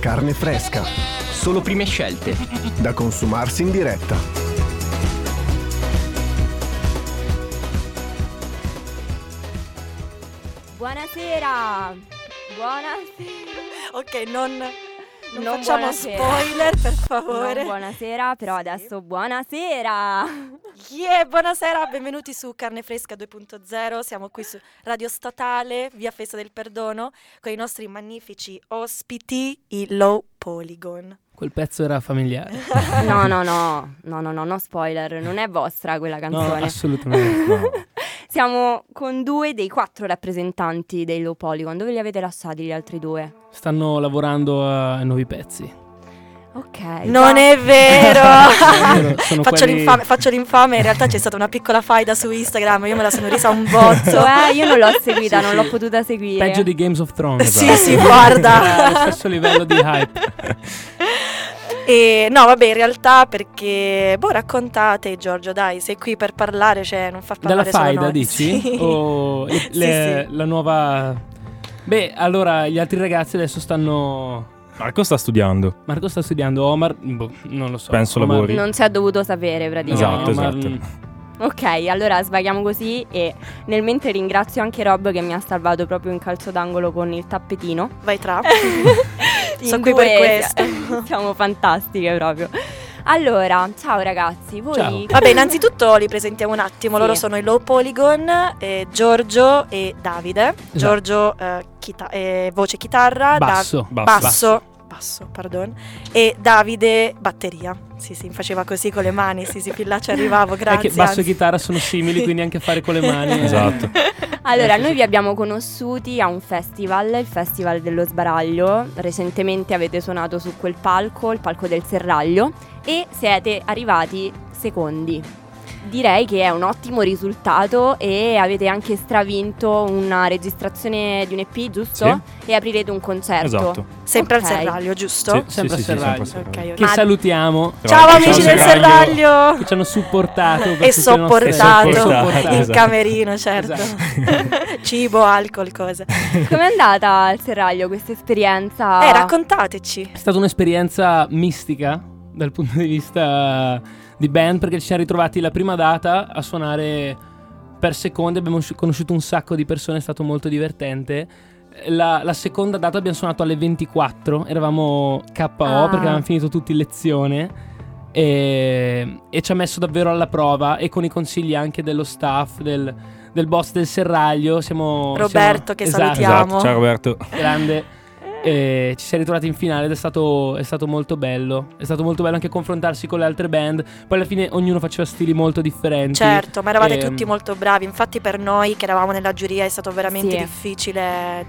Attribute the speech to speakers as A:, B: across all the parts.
A: Carne fresca,
B: Solo prime scelte.
A: da consumarsi in diretta.
C: Buonasera! Buonasera!
D: Ok, non, non
C: Non
D: facciamo
C: buonasera.
D: spoiler, per
C: Non
D: favore.
C: buonasera, però adesso buonasera!
D: Yeah, buonasera, benvenuti su Carne Fresca 2.0. Siamo qui su Radio Statale, via Festa del Perdono, con i nostri magnifici ospiti, i Low Polygon.
E: Quel pezzo era familiare.
C: No, no, no, no, no, no, no spoiler, non è vostra quella
E: No,
C: canzone.
E: assolutamente. no.
C: Siamo con due dei quattro rappresentanti dei Low Polygon. Dove li avete lasciati gli altri due?
E: Stanno lavorando a nuovi pezzi.
C: Ok.
D: Non è vero!
E: Sono sono
D: faccio,
E: quelli-
D: l'infame, faccio l'infame, in realtà c'è stata una piccola faida su Instagram, io me la sono risa un botto.
C: Eh, io non l'ho seguita,
E: Sì,
C: non
E: sì.
C: l'ho potuta seguire.
E: Peggio di Games of Thrones.
D: eh.
E: guarda.
D: Sì, sì, guarda.
E: Era Allo stesso livello di hype.
D: E no, vabbè, in realtà perché boh, raccontate Giorgio, dai, sei qui per parlare, cioè non fa
E: Dalla
D: parlare solo
E: faida,
D: noi.
E: dici?
D: Sì.
E: O le-
D: Sì,
E: le-
D: sì.
E: la nuova... Beh, allora, gli altri ragazzi adesso stanno...
F: Marco sta studiando.
E: Marco sta studiando, Omar... boh, non lo so.
F: Penso
E: Omar-
F: lavori.
C: Non ci ha dovuto sapere
E: No,
C: praticamente.
F: Esatto,
E: Omar-
F: esatto.
C: Ok, allora svaghiamo così e nel mentre ringrazio anche Rob che mi ha salvato proprio in calcio d'angolo con il tappetino.
D: Vai tra.
C: In
D: Sono qui per
C: due-
D: questo.
C: Siamo fantastiche proprio. Allora, ciao ragazzi, voi
E: Ciao.
D: Vabbè, innanzitutto li presentiamo un attimo.
C: Sì.
D: Loro sono i Low Polygon, eh, Giorgio e Davide. Giorgio, eh, chita- eh, voce chitarra, Da-
E: Basso.
D: basso,
F: Basta.
D: basso, pardon, e Davide, batteria. Sì, sì, faceva così con le mani, sì, sì, più là ci arrivavo, grazie.
E: È che basso e
D: anzi.
E: chitarra sono simili, quindi anche fare con le mani.
D: Eh.
E: eh. è-
F: Esatto.
C: Allora,
E: Ecco,
C: noi
E: sì.
C: vi abbiamo conosciuti a un festival, il Festival dello Sbaraglio. Recentemente avete suonato su quel palco, il palco del Serraglio, e siete arrivati secondi. Direi che è un ottimo risultato e avete anche stravinto una registrazione di un EP, giusto? E aprirete un concerto.
F: Esatto.
D: Sempre
C: Ok.
D: al serraglio, giusto?
F: Sì,
E: Sempre
F: sì,
E: a
F: sì, sì,
E: Serraglio.
F: sempre a
D: Ok,
E: Che
D: ok.
E: salutiamo.
D: Ciao
F: Ciao,
D: amici del
E: Serraglio.
D: serraglio!
E: Che ci hanno supportato. per
D: E
E: tutte le nostre-
D: sopportato.
E: E
F: Sopportato,
D: in
F: esatto.
D: camerino, certo.
E: Esatto.
D: Cibo, alcol, cose.
C: Com'è andata al Serraglio questa esperienza?
E: Ah.
D: Eh, raccontateci.
E: È stata un'esperienza mistica dal punto di vista di band perché ci siamo ritrovati la prima data a suonare per seconde, abbiamo sci- conosciuto un sacco di persone, è stato molto divertente. La, la seconda data abbiamo suonato alle 24, eravamo KO
C: Ah.
E: perché avevamo finito tutti lezione e, e ci ha messo davvero alla prova e con i consigli anche dello staff, del, del boss del serraglio, siamo...
D: Roberto,
E: siamo-
D: che
E: esatto,
D: salutiamo.
F: Esatto, ciao Roberto.
E: grande.
D: Eh.
E: E ci si è ritrovati in finale ed è stato, è stato molto bello. È stato molto bello anche confrontarsi con le altre band. Poi alla fine ognuno faceva stili molto differenti.
D: Certo, ma eravate
E: Ehm,
D: tutti molto bravi. Infatti, per noi che eravamo nella giuria è stato veramente
C: Sì.
D: difficile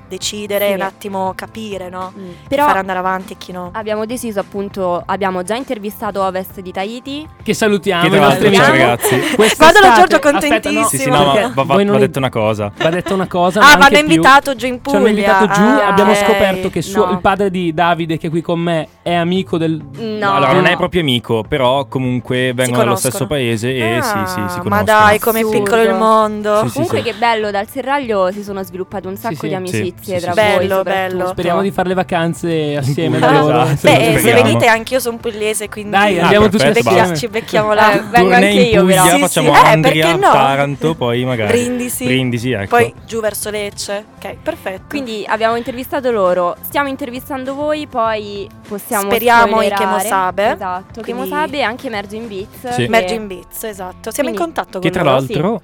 D: decidere
C: Sì.
D: e un attimo capire, no?
C: Mm,
D: Chi
C: Però
D: far andare avanti e chi
E: Ah,
D: no.
C: abbiamo deciso appunto, abbiamo già intervistato Ovest di Tahiti.
E: Che salutiamo
F: Che
E: i
F: tra
E: nostri
F: l'altro,
E: amici.
F: ciao
C: Salutiamo.
F: ragazzi.
E: Quest'estate-
D: Guardalo, Giorgio,
E: aspetta,
D: contentissimo.
F: Sì, sì, no, ma va, va-
E: Voi non
F: va
E: li-
F: detto una cosa.
E: Va detto una cosa. ma
D: Ah,
E: anche
D: vanno
E: più.
D: invitato giù in
E: Ci
D: Puglia.
E: hanno invitato giù.
D: Ah,
E: abbiamo
D: ok.
E: scoperto che suo-
C: no.
E: il padre di Davide, che è qui con me, è amico del.
C: No,
F: allora, non è proprio amico, però comunque vengono dallo
D: conoscono.
F: stesso paese e
D: Ah,
F: sì, sì, si conoscono.
D: Ma dai, com'è
C: Assurdo.
D: piccolo il mondo.
F: Sì, sì.
C: Comunque che bello, dal serraglio si sono sviluppate un sacco
E: sì.
C: di
E: Sì,
C: amicizie
F: sì,
C: tra
F: sì,
C: voi.
D: sì. Bello,
C: soprattutto.
D: bello.
E: Speriamo di fare le vacanze assieme
F: Puglia,
E: da loro.
F: esatto.
D: Beh, se
F: Speriamo.
D: venite anche io sono pugliese, quindi Ah,
E: Dai,
F: Ah,
E: andiamo tutti
F: perfetto,
D: Becchia-
E: assieme.
D: ci becchiamo
C: Eh,
D: là.
C: vengo
F: Tournée
C: anche
F: in
C: io però.
F: Puglia,
D: Sì, sì.
F: facciamo
D: Eh, perché
F: Andria,
D: no?
F: Taranto, poi magari
D: Brindisi.
F: Brindisi, ecco.
D: Poi giù verso Lecce. Ok, perfetto.
C: Quindi abbiamo intervistato loro, stiamo intervistando voi, poi possiamo
D: Speriamo i
C: spoilerare.
D: Chemosabe.
C: Esatto,
D: Quindi-
C: Chemosabe e anche Merging Beats.
F: Sì.
C: che-
D: Merging Beats, esatto.
C: Quindi-
D: Siamo in contatto con
F: Che tra
D: loro.
C: sì.
F: l'altro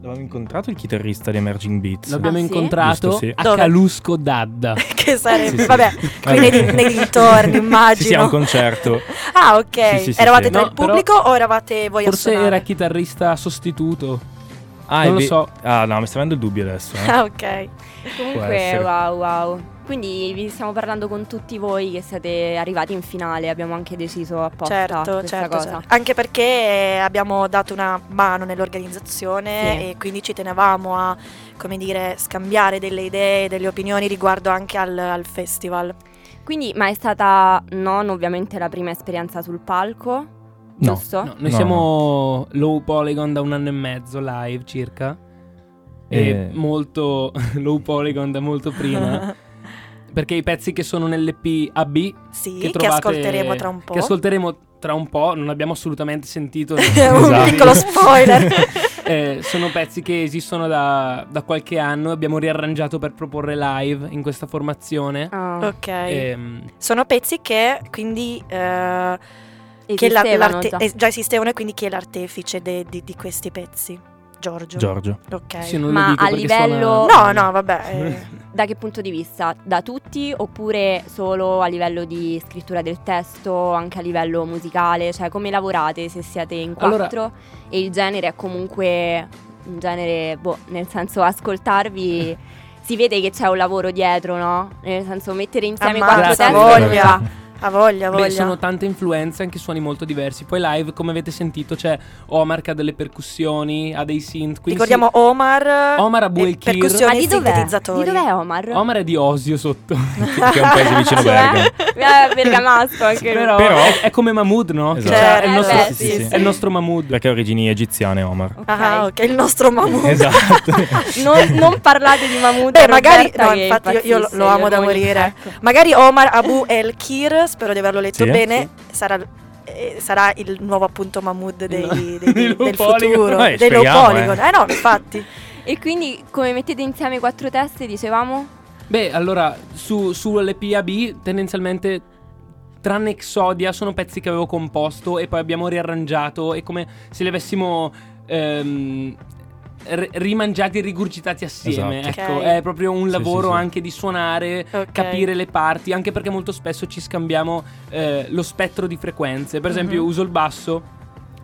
F: avevamo incontrato il chitarrista di Emerging Beats.
E: L'abbiamo
C: Ah, sì?
E: incontrato
F: Giusto, sì.
E: a
D: Dove?
E: Calusco Dadda.
D: che sarebbe,
F: Sì, sì.
D: Eh, vabbè, qui nei, nei dintorni, immagino.
F: Sì, sì, a un concerto.
D: Ah, ok.
F: Sì, sì, sì,
D: eravate
F: sì.
D: tra
E: No,
D: il pubblico o eravate voi
E: Forse
D: a suonare?
E: era chitarrista sostituto.
F: Ah,
E: non
F: è
E: lo
F: ve-
E: so.
F: Ah, no, mi sta avendo il dubbio adesso. eh.
D: Ah, ok.
F: Può
C: Comunque,
F: essere.
C: wow, wow. Quindi vi stiamo parlando con tutti voi che siete arrivati in finale, abbiamo anche deciso apposta
D: Certo,
C: questa
D: certo,
C: cosa.
D: certo. Anche perché eh, abbiamo dato una mano nell'organizzazione
C: Sì.
D: e quindi ci tenevamo a, come dire, scambiare delle idee, delle opinioni riguardo anche al, al festival.
C: Quindi, ma è stata non ovviamente la prima esperienza sul palco,
F: No,
C: giusto?
E: No, noi
F: No,
E: siamo low polygon da un anno e mezzo live circa. E
F: Eh.
E: molto low polygon da molto prima. Perché i pezzi che sono nell'EP AB
D: Sì,
E: che,
D: che,
E: trovate-
D: ascolteremo tra un po'.
E: Che ascolteremo tra un po', non abbiamo assolutamente sentito. un
D: un piccolo spoiler.
E: Esatto. Eh, sono pezzi che esistono da, da qualche anno e abbiamo riarrangiato per proporre live in questa formazione.
C: Ah,
D: ok.
E: Ehm,
D: Sono pezzi che quindi... eh, che la-
C: esistevano
D: l'arte-
C: già.
D: eh, già esistevano e quindi chi è l'artefice de- di, di questi pezzi? Giorgio.
F: Giorgio.
D: Ok.
E: sì, non lo
C: Ma
E: dico
C: a
E: perché
C: livello-
E: suona-
D: No, no, vabbè. eh,
C: Da che punto di vista? Da tutti oppure solo a livello di scrittura del testo, anche a livello musicale? Cioè come lavorate se siete in
E: Allora-
C: quattro e il genere è comunque un genere, boh, nel senso ascoltarvi si vede che c'è un lavoro dietro, no? Nel senso mettere insieme
D: Ammazza,
C: quattro testi
D: voglia.
C: fa-
D: ha voglia, ha
E: Beh,
D: voglia.
E: sono tante influenze, anche suoni molto diversi. Poi live, come avete sentito, c'è Omar che ha delle percussioni, ha dei synth. Quindi sì,
D: Ricordiamo Omar. eh,
E: Omar Abu
D: e
E: El Kir.
C: Ma
D: Percussioni
C: di
D: e
C: dov'è?
D: sintetizzatori.
C: Di dov'è Omar?
E: Omar è di Osio sotto.
F: che è un paese vicino
C: Cioè?
F: a Bergamo.
C: Eh, Bergamasco anche lui.
E: Però,
F: Però-
E: È, è come Mahmood, no?
F: Esatto.
E: Cioè, è,
D: Certo,
E: il nostro,
D: eh, sì, sì.
E: è il nostro Mahmood.
F: Perché ha origini egiziane Omar.
C: Ok.
D: Ah, ok, il nostro Mahmood.
F: Esatto.
C: Non, non parlate di Mahmood
D: Beh,
C: e
D: magari-
C: Roberta
D: no,
C: che
D: infatti io- io lo- lo
C: impazzisce,
D: amo da
C: ormoni.
D: morire.
C: Ecco.
D: Magari Omar Abu El Kir, spero di averlo letto
F: Sì,
D: bene, sarà, eh, sarà il nuovo appunto Mahmood dei, dei-
E: Dei
D: dei- del
E: Low Polygon.
D: futuro.
F: Eh,
D: dei
F: speriamo,
D: Low Polygon. Eh no, infatti.
C: E quindi come mettete insieme quattro teste, dicevamo?
E: Beh, allora, su, sull'PAB tendenzialmente, tranne Exodia, sono pezzi che avevo composto e poi abbiamo riarrangiato. È come se li avessimo ehm, r- rimangiati e rigurgitati assieme.
F: Esatto.
E: Ecco,
D: Ok.
E: è proprio un
F: Sì,
E: lavoro
F: sì, sì.
E: anche di suonare,
D: Ok.
E: capire le parti, anche perché molto spesso ci scambiamo eh, lo spettro di frequenze. Per esempio,
D: Mhm.
E: uso il basso.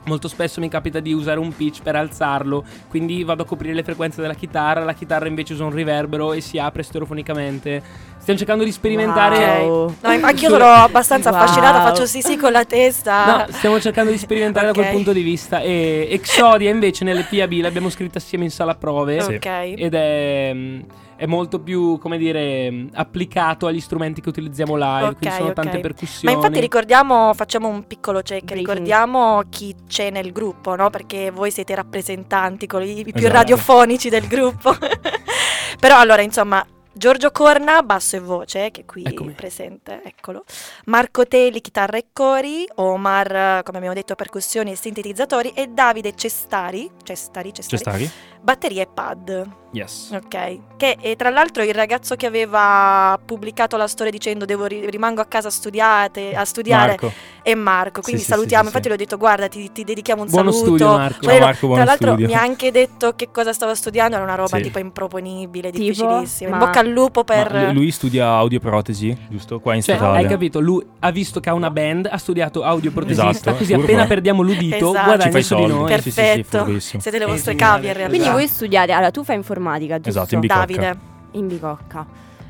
E: Molto spesso mi capita di usare un pitch per alzarlo, quindi vado a coprire le frequenze della chitarra, la chitarra invece usa un riverbero e si apre stereofonicamente. Stiamo cercando di sperimentare
C: Wow.
D: No, ma anch'io sono abbastanza
C: Wow.
D: affascinata, faccio sì sì con la testa.
E: No, stiamo cercando di sperimentare da
D: Ok.
E: quel punto di vista e Exodia invece nelle PAB l'abbiamo scritta assieme in sala prove
F: Sì.
D: Ok.
E: ed è, mm, è molto più, come dire, mm, applicato agli strumenti che utilizziamo live,
D: Ok,
E: quindi sono
D: ok.
E: tante
D: Ma
E: percussioni.
D: Ma infatti ricordiamo, facciamo un piccolo check,
C: Briefing.
D: ricordiamo chi c'è nel gruppo, no? Perché voi siete i rappresentanti, quelli i più
F: Esatto.
D: radiofonici del gruppo. Però allora, insomma, Giorgio Corna, basso e voce, che è qui
E: Eccomi.
D: presente, eccolo. Marco Teli, chitarra e cori, Omar, come abbiamo detto, percussioni e sintetizzatori e Davide Cestari, Cestari, Cestari,
F: Cestari?
D: batteria e pad.
F: Yes.
D: Ok, che eh, tra l'altro il ragazzo che aveva pubblicato la storia dicendo devo ri- rimango a casa a studiate, a studiare
F: Marco.
D: è Marco, quindi
F: Sì, sì,
D: salutiamo,
F: sì, sì,
D: infatti
F: sì.
D: gli ho detto guarda ti, ti dedichiamo un
E: Buono
D: saluto.
E: studio, Marco.
D: Poi
F: Ciao,
D: lo-
F: Marco,
D: tra
F: buono
D: l'altro
F: studio.
D: mi ha anche detto che cosa stava studiando, era una roba
F: Sì.
D: tipo improponibile,
C: Tipo?
D: difficilissima. In
C: Ma-
D: bocca al lupo per...
F: Ma lui studia audioprotesi, giusto? Qua in
E: Cioè,
F: statale.
E: hai capito? Lui ha visto che ha una band, ha studiato audioprotesista,
F: Esatto,
E: così
F: furbo.
E: appena perdiamo l'udito
D: Esatto.
E: guadagna
F: Ci fai
E: su di
F: soldi.
E: noi.
F: Per- Sì, sì, sì,
D: Perfetto,
F: furbissimo.
D: siete le
E: È
D: vostre
E: geniale,
D: cavie in realtà.
C: Quindi
E: Esatto.
C: voi studiate, allora tu fai informatica, giusto?
F: Esatto, in bicocca.
D: Davide,
C: In bicocca.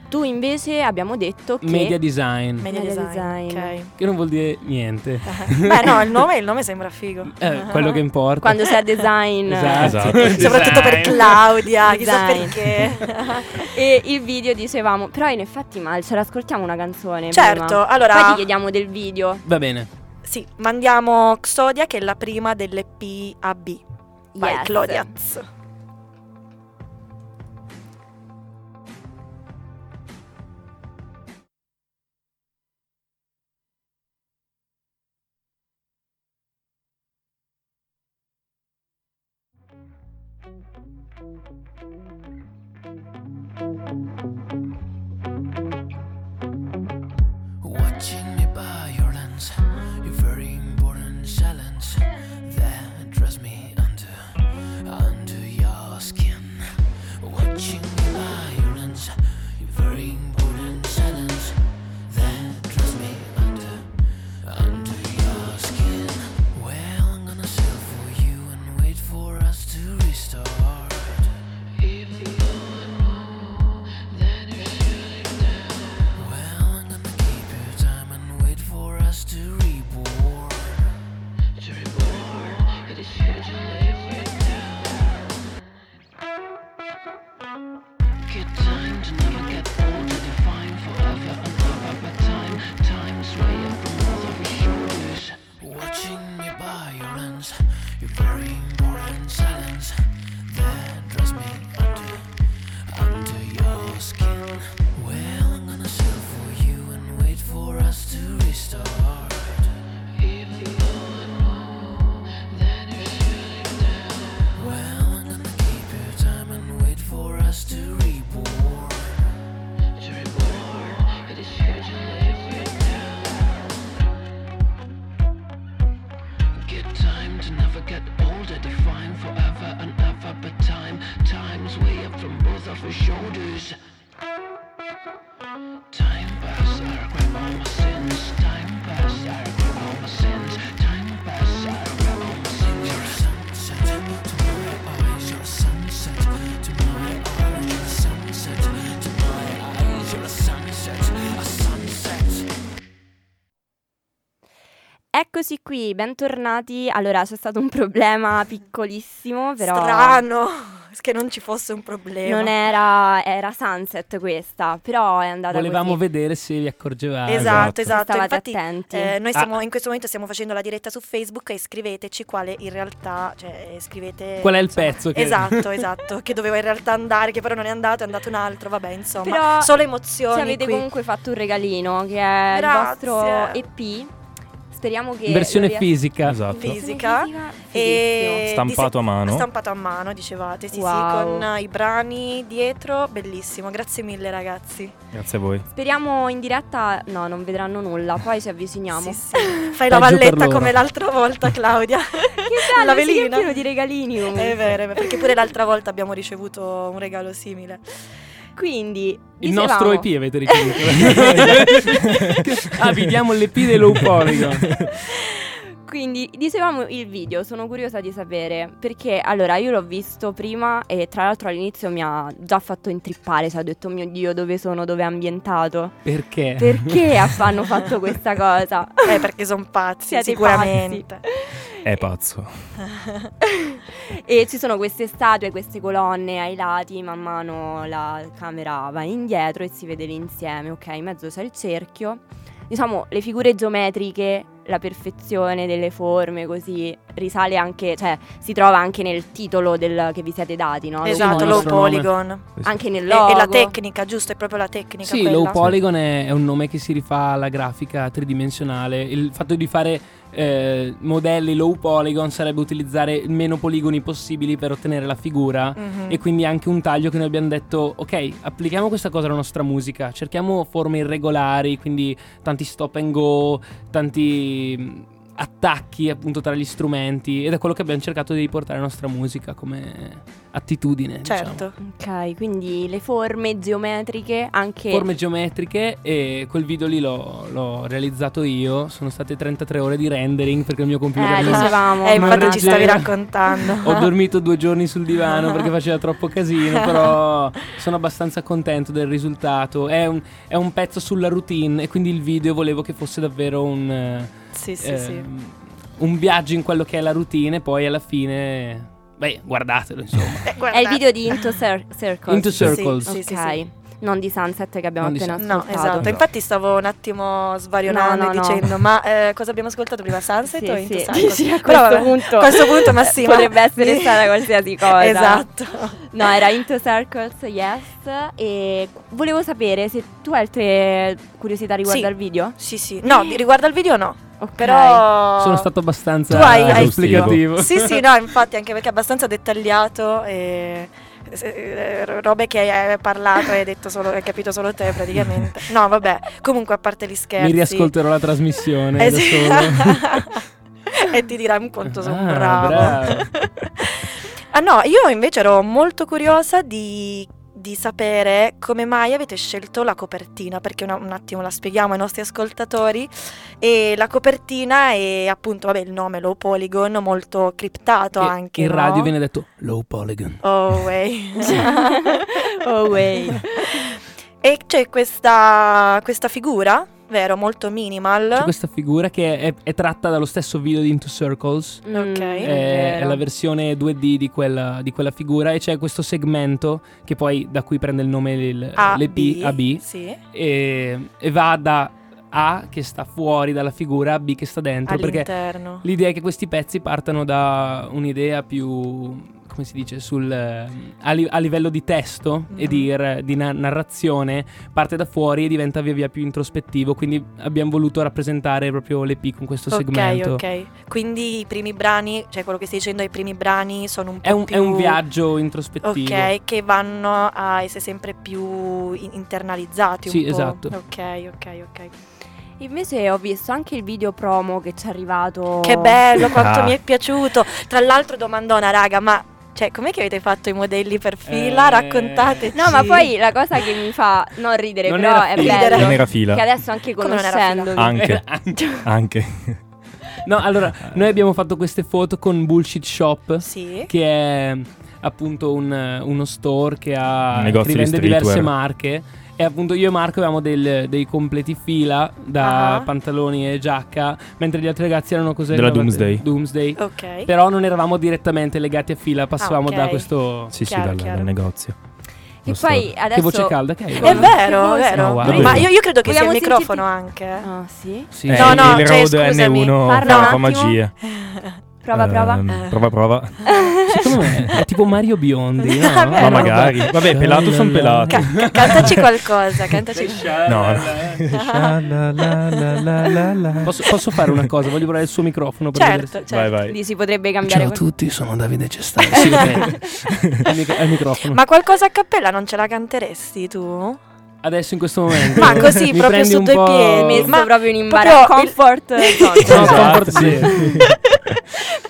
C: Tu invece abbiamo detto che...
E: Media design,
D: media
C: Media
D: design.
C: design.
E: che non vuol dire niente.
D: ok. Beh no, il nome, il nome sembra figo.
E: Eh, quello che importa.
C: Quando sei a design...
E: Esatto.
F: Esatto.
D: Soprattutto per
E: Design.
C: Esatto.
D: Claudia, chissà
C: Design.
D: perché.
C: E il video dicevamo, però in effetti mal, ce l'ascoltiamo una canzone.
D: Certo,
C: prima.
D: allora-
C: Poi ti chiediamo del video.
E: Va bene.
D: Sì, mandiamo Xodia che è la prima delle PAB. Vai,
C: Yes.
D: Clodiaz.
G: Watching me by your lens, your very important silence that dress me under, under your skin. Watching me by your lens, your very important silence that dress me under, under your skin. Well, I'm gonna sail for you and wait for us to restart. Well, I'm gonna keep your time and wait for us to reborn. To reborn, it is here to live right now. Good time to never get old, to define forever and ever. But time, time's swaying from all of your shoulders. Watching me by your lens, your very important silence that draws me under, under your skin. Well, I'm gonna sail shoulders. Time pass, I regret all my sins. Time pass, I regret all my sins. Time pass, I regret all my sins. You're a sunset to my eyes. You're a sunset to my eyes. You're a sunset to my eyes. You're a sunset, a sunset.
C: Eccoci qui, bentornati. Allora, c'è stato un problema piccolissimo, però
D: Strano che non ci fosse un problema.
C: non era era sunset questa, però è andata
E: Volevamo
C: così.
E: vedere se vi accorgevate.
D: Esatto,
F: Esatto.
D: esatto.
C: Stavate
D: Infatti,
C: attenti.
D: eh, noi
E: Ah.
D: siamo, in questo momento stiamo facendo la diretta su Facebook e scriveteci quale in realtà, cioè scrivete...
E: Qual è il
D: insomma,
E: pezzo che-
D: Esatto, esatto, che doveva in realtà andare, che però non è andato, è andato un altro, vabbè, insomma.
C: Però
D: solo
C: Ci
D: emozioni
C: avete
D: qui.
C: comunque fatto un regalino che è
D: Grazie.
C: il vostro EP. Speriamo che
E: In versione
C: lo ries-
E: fisica.
F: Esatto.
D: Fisi- fisica.
C: E
D: E
F: Stampato a mano.
D: Stampato a mano, dicevate, sì sì,
C: Wow.
D: con eh, i brani dietro, bellissimo, grazie mille ragazzi.
F: Grazie a voi.
C: speriamo in diretta no, non vedranno nulla, poi ci avviciniamo.
D: Sì, sì. Fai
E: Peggio per
D: la valletta
E: loro.
D: come l'altra volta Claudia.
C: Che bello, sì, che è
D: velina.
C: pieno di regalini comunque.
D: È vero, è vero, perché pure l'altra volta abbiamo ricevuto un regalo simile.
C: Quindi
E: Il
C: dicevamo-
E: nostro EP avete ricevuto. ah, vi diamo l'EP dei Low Polygon.
C: Quindi dicevamo il video, sono curiosa di sapere perché allora io l'ho visto prima e tra l'altro all'inizio mi ha già fatto intrippare, cioè ho detto mio Dio dove sono, dove è ambientato,
E: Perché?
C: perché ha- hanno fatto questa cosa?
D: Eh, perché sono pazzi,
C: Siete
D: sicuramente.
C: pazzi.
F: È pazzo.
C: E ci sono queste statue, queste colonne ai lati, man mano la camera va indietro e si vede l'insieme, ok? In mezzo c'è il cerchio. Diciamo, le figure geometriche, la perfezione delle forme, così risale anche, cioè si trova anche nel titolo del, che vi siete dati, no?
D: Esatto,
E: il
D: low
E: nostro nome.
D: polygon.
C: Anche nel
D: E,
C: logo.
D: e la tecnica, giusto? È proprio la tecnica
E: Sì,
D: quella.
E: Low Polygon è, è un nome che si rifà alla grafica tridimensionale. Il fatto di fare eh, modelli Low Polygon sarebbe utilizzare il meno poligoni possibili per ottenere la figura.
D: Mhm.
E: E quindi anche un taglio che noi abbiamo detto, ok, applichiamo questa cosa alla nostra musica, cerchiamo forme irregolari, quindi tanti stop and go, tanti mh, attacchi appunto tra gli strumenti ed è quello che abbiamo cercato di portare alla nostra musica come attitudine. diciamo.
D: Certo.
C: Ok, quindi le forme geometriche, anche
E: Forme geometriche e quel video lì l'ho, l'ho realizzato io, sono state 33 ore di rendering perché il mio computer...
C: eh,
E: non-
C: dicevamo,
D: Eh, infatti ci
E: diciamo. Mannaggia.
D: stavi raccontando.
E: Ho dormito due giorni sul divano perché faceva troppo casino, però sono abbastanza contento del risultato. È un, è un pezzo sulla routine e quindi il video volevo che fosse davvero un, eh,
D: Sì, sì, sì.
E: ehm, un viaggio in quello che è la routine e poi alla fine... Beh, guardatelo insomma.
D: Eh,
C: è
D: guarda-
C: il video di Into Cir- Circles.
E: Into Circles.
D: Sì, sì,
C: ok,
D: sì.
C: non di Sunset che abbiamo
E: Non di
C: appena
D: No,
C: ascoltato.
D: esatto. Infatti stavo un attimo svarionando
C: No,
D: e
C: no, no.
D: dicendo, ma eh, cosa abbiamo ascoltato prima? Sunset
C: Sì,
D: o
C: sì.
D: Into Sunset?
C: Dici, a
D: Però
C: questo
D: vabbè,
C: punto eh,
D: a questo punto, ma sì, ma-
C: potrebbe essere stata qualsiasi cosa.
D: Esatto.
C: No, era Into Circles, yes. E volevo sapere se tu hai altre curiosità riguardo
D: Sì.
C: al video.
D: Sì, sì. No, di- riguardo al video no.
C: Ok.
D: Però...
E: Sono stato abbastanza
D: Tu hai- hai-
E: esplicativo.
D: Sì, sì, no, infatti, anche perché è abbastanza dettagliato e eh, robe che hai parlato e hai detto solo hai capito solo te praticamente. No, vabbè, comunque a parte gli scherzi.
E: Mi riascolterò la trasmissione
D: Eh,
E: da
D: sì.
E: solo.
D: e ti dirai un conto sono
E: Ah,
D: bravo.
E: bravo.
D: ah no, io invece ero molto curiosa di di sapere come mai avete scelto la copertina, perché una- un attimo la spieghiamo ai nostri ascoltatori. E la copertina è appunto, vabbè, il nome Low Polygon, molto criptato
E: Che
D: anche.
E: in
D: no?
E: radio viene detto low polygon.
D: Oh, way.
C: Oh, way.
E: Eh,
D: E c'è questa, questa figura, vero, molto minimal.
E: C'è questa figura che è, è tratta dallo stesso video di Into Circles.
C: Mm,
D: Ok.
E: È, è
C: vero.
E: la versione 2D di quella, di quella figura e c'è questo segmento che poi da cui prende il nome il,
D: A,
E: l'EP
D: B,
E: AB
D: Sì.
E: e, e va da A che sta fuori dalla figura a B che sta dentro perché
D: All'interno.
E: l'idea è che questi pezzi partano da un'idea più come si dice sul, eh, a, li- a livello di testo e
D: Mhm.
E: di, r- di na- narrazione parte da fuori e diventa via via più introspettivo quindi abbiamo voluto rappresentare proprio l'EP con questo
D: Ok,
E: segmento
D: ok. Quindi i primi brani, cioè quello che stai dicendo, i primi brani sono un po'
E: È un, è
D: più...
E: un viaggio introspettivo.
D: Ok, che vanno a essere sempre più in- internalizzati un
E: Sì,
D: po'.
E: esatto.
D: Ok, ok, ok.
C: Invece ho visto anche il video promo che ci è arrivato.
D: Che bello, quanto
F: Ah.
D: mi è piaciuto. Tra l'altro domandona, raga, ma Cioè, com'è che avete fatto i modelli per fila?
E: Eh,
D: Raccontateci.
C: No, ma poi la cosa che mi fa non ridere,
E: Non
C: però
E: era
C: è
E: fila.
C: bello.
F: Non era
C: Che
F: fila.
C: adesso anche
D: Come non era fila?
C: conoscendovi
F: Anche, anche.
E: No, allora, noi abbiamo fatto queste foto con Bullshit Shop,
D: Sì.
E: che è appunto un- uno store che ha
F: Un negozio
E: che
F: di
E: rivende diverse
F: streetwear.
E: marche. E appunto io e Marco avevamo del- dei completi fila da
D: Ah.
E: pantaloni e giacca, mentre gli altri ragazzi erano così.
F: Della Doomsday.
E: Doomsday.
D: Ok. Ah,
E: Però non eravamo direttamente legati a fila, passavamo
D: ok.
E: da questo.
F: Sì, sì,
D: Chiaro,
F: dal,
D: chiaro.
F: dal negozio.
C: E
F: Lo
C: poi
F: store.
C: adesso...
E: Che voce calda che hai?
D: È
E: guarda.
D: vero,
C: Che
D: è vero.
E: cosa?
F: Wow.
D: Ma io, io credo che
C: Vogliamo
D: sia il
C: sentirti-
D: microfono anche.
C: Ah, sì?
E: Sì.
F: Eh,
D: No, no, cioè,
F: il Rode
D: scusami,
F: N1
C: parla un
F: fa
C: attimo.
F: magia.
C: Prova,
F: Ehm,
C: prova.
E: Eh,
F: Prova, prova.
E: Secondo me è tipo Mario Biondi. no?
D: Vabbè, no.
F: Ma magari.
E: Eh,
F: Vabbè, pelato son pelato.
D: Ca- ca- cantaci qualcosa, cantaci.
F: No, no. Sha la la la la la la.
E: Posso, posso fare una cosa? Voglio provare il suo microfono per
D: Certo,
E: vedere se-
D: certo.
F: Vai, vai.
C: Lì si potrebbe cambiare... quel-
E: tutti, sono Davide Cestani. Sì, vabbè. Al mic- al
F: Mm.
E: microfono.
D: Ma qualcosa a cappella non ce la canteresti tu?
E: Adesso in questo momento.
D: Ma così,
E: mi
D: proprio
E: prendi
D: su
E: un
D: due
E: po'-
D: piedi,
C: Messo
D: Ma
C: proprio in
D: proprio
C: imbarazzo.
D: il-
C: Comfort zone.
E: No,
F: Esatto,
E: comfort
F: sì.
E: zone.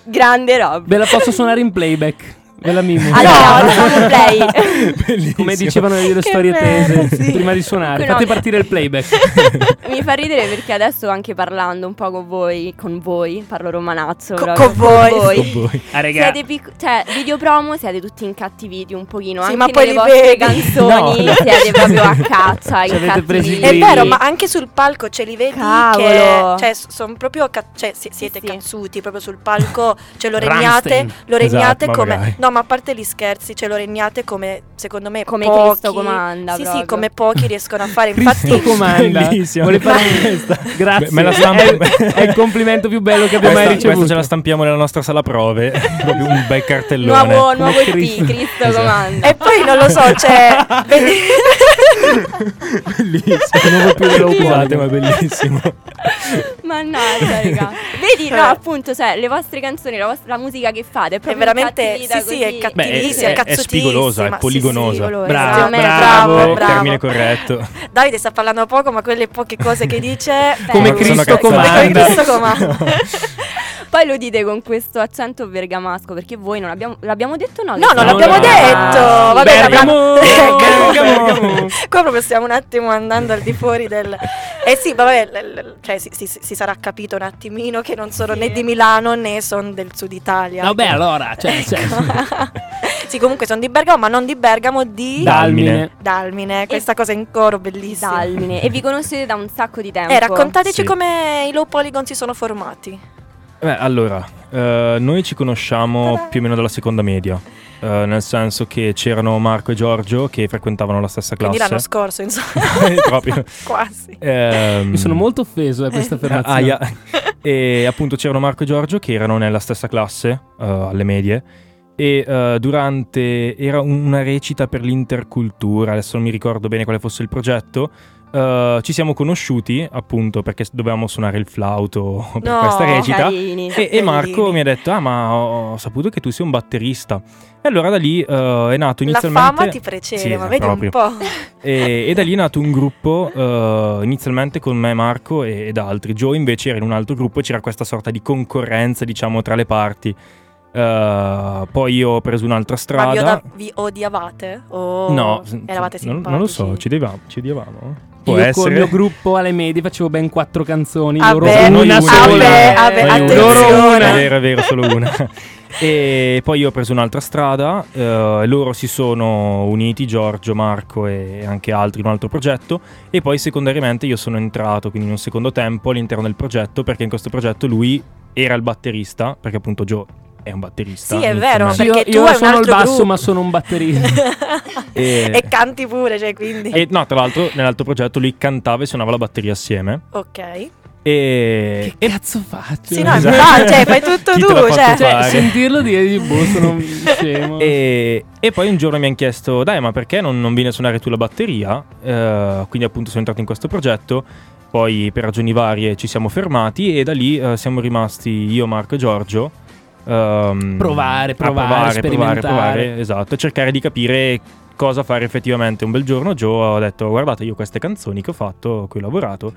C: Grande Rob. Ah,
E: Ve la posso suonare in playback. Ve la mimo.
C: Allora, facciamo play.
F: Bellissimo.
E: Come dicevano le storie
D: bello,
E: tese
D: sì.
E: prima di suonare,
C: No.
E: fate partire il playback.
C: Mi fa ridere perché adesso anche parlando un po' con voi, con voi, parlo romanazzo.
D: Co-
C: proprio,
D: con voi.
F: Con voi.
E: Ah, raga,
C: Siete pic- cioè, video promo siete tutti incattiviti un pochino,
D: Sì,
C: anche
D: ma poi
C: nelle
D: li
C: vostre
D: vedi.
C: canzoni
E: No.
C: siete proprio a caccia,
E: Ci avete presi
C: incattiviti.
E: Sì.
D: È vero, ma anche sul palco ce li vedi
C: Cavolo.
D: che cioè, s- son proprio ca- cioè, si- siete
C: sì.
D: cazzuti proprio sul palco, ce lo regnate,
E: Rammstein.
D: lo regnate
F: Esatto, ma
D: come
F: magari.
D: No, ma a parte gli scherzi, ce lo regnate come secondo me
C: Come
D: pochi
C: Cristo comanda,
D: Sì,
C: proprio.
D: sì, come pochi riescono a fare.
E: Cristo
D: Infatti
E: comanda.
F: Bellissimo.
E: Vuole fare
F: Ma-
E: questa. Grazie.
F: Beh, me la stampa-
E: È, è il complimento più bello che abbia
F: Questa,
E: mai
F: questa
E: ricevuto.
F: ce la stampiamo nella nostra sala prove. Proprio un bel cartellone.
C: Nuovo, nuovo EP,
E: Cristo.
C: Cristo, comanda.
D: e poi non lo so, cioè vedi-
F: Bellissimo. Non più lo usate, ma è bellissimo.
C: Mannaggia, raga. Vedi, no, appunto, cioè, le vostre canzoni, la, vostra- la musica che fate è
D: è
C: proprio
D: veramente sì,
C: incattivita
D: sì,
C: così.
D: è cattivissima,
F: Beh,
D: è,
F: è- è spigolosa, è
D: cazzutissima, sì,
F: poligonosa.
D: sì, rigolosa.
E: Bravo,
D: Secondo me-
E: bravo,
D: bravo,
E: bravo.
F: Termine corretto.
D: Davide sta parlando poco, ma quelle poche cose che dice beh,
E: Come
F: Sono
E: Cristo
F: cazzate.
D: come
E: comanda.
D: Cristo comanda.
C: Poi lo dite con questo accento bergamasco perché voi non abbiamo, l'abbiamo detto no?
D: No, non l'abbiamo
E: Ah,
D: detto. Vabbè,
E: Bergamo,
D: l'abbiamo-
E: Bergamo.
D: Qua proprio stiamo un attimo andando al di fuori del... Eh sì, vabbè, l- l- cioè, si, si- si sarà capito un attimino che non sono né di Milano né sono del sud Italia. Ecco.
E: Vabbè, allora, cioè, cioè,
C: certo.
D: Sì, comunque sono di Bergamo, ma non di Bergamo, di
F: Da-
E: Dalmine.
D: Dalmine. Questa cosa in coro bellissima.
C: Dalmine. E vi conoscete da un sacco di tempo.
D: Eh, raccontateci
F: Sì.
D: come i low polygon si sono formati.
F: Beh, allora, eh, noi ci conosciamo
D: Ta-da.
F: più o meno dalla seconda media. eh, nel senso che c'erano Marco e Giorgio che frequentavano la stessa
D: Quindi l'anno
F: classe.
D: scorso, insomma.
F: Proprio.
D: Quasi.
F: Ehm, Ah,
E: Mi sono molto offeso da
D: Eh,
E: questa affermazione.
F: Aia. e appunto c'erano Marco e Giorgio che erano nella stessa classe eh, alle medie e eh, durante era un- una recita per l'intercultura, adesso non mi ricordo bene quale fosse il progetto. eh, ci siamo conosciuti appunto perché s- dovevamo suonare il flauto per
D: No,
F: questa recita.
C: Carini.
F: E, e Marco
D: Bellini.
F: mi ha detto: Ah, ma ho saputo che tu sei un batterista. E allora da lì eh, è nato
D: La
F: inizialmente.
D: fama ti precede,
F: Sì,
D: ma vedi
F: proprio.
D: un po'.
F: E, e da lì è nato un gruppo eh, inizialmente con me, Marco e, ed altri. Joe invece era in un altro gruppo e c'era questa sorta di concorrenza, diciamo, tra le parti. Eh, poi io ho preso un'altra
D: Ma vi,
F: strada.
D: oda- vi odiavate? O
F: No,
D: eravate
F: non,
D: simpatici?
F: non lo so, ci odiavamo. Ci odiavamo? Può
E: Io col
F: essere.
E: mio gruppo alle medie facevo ben quattro canzoni,
D: Ah
E: loro
D: beh,
E: una
F: ah
E: sola.
F: beh,
D: ah
E: Noi
D: beh,
E: una.
D: attenzione.
E: Loro una.
F: È vero, è vero, solo una. e poi io ho preso un'altra strada, eh, loro si sono uniti, Giorgio, Marco e anche altri, in un altro progetto. E poi secondariamente io sono entrato, quindi in un secondo tempo, all'interno del progetto, perché in questo progetto lui era il batterista, perché appunto Joe è un batterista.
D: Sì, è
F: inizialmente.
D: vero,
E: Sì, io
D: perché tu
E: io
D: hai un
E: sono il
D: altro
E: basso,
D: gruppo.
E: ma sono un batterista.
F: E-
D: e canti pure, cioè quindi.
F: E no, tra l'altro nell'altro progetto lui cantava e suonava la batteria assieme.
D: ok.
F: E...
E: che cazzo faccio?
D: Sì, no,
F: Esatto.
D: infatti, cioè, fai tutto
F: Chi te
D: tu,
F: l'ha fatto
D: cioè.
F: fare?
E: Cioè, sentirlo dire di boh, sono un scemo.
F: E, e poi un giorno mi hanno chiesto, dai, ma perché non, non vieni a suonare tu la batteria? Eh, quindi appunto sono entrato in questo progetto, poi per ragioni varie ci siamo fermati e da lì eh, siamo rimasti io, Marco e Giorgio. ehm,
E: Provare,
F: a
E: provare,
F: provare,
E: sperimentare.
F: provare, esatto, e cercare di capire cosa fare effettivamente. Un bel giorno Joe ha detto, guardate, io queste canzoni che ho fatto, qui ho lavorato.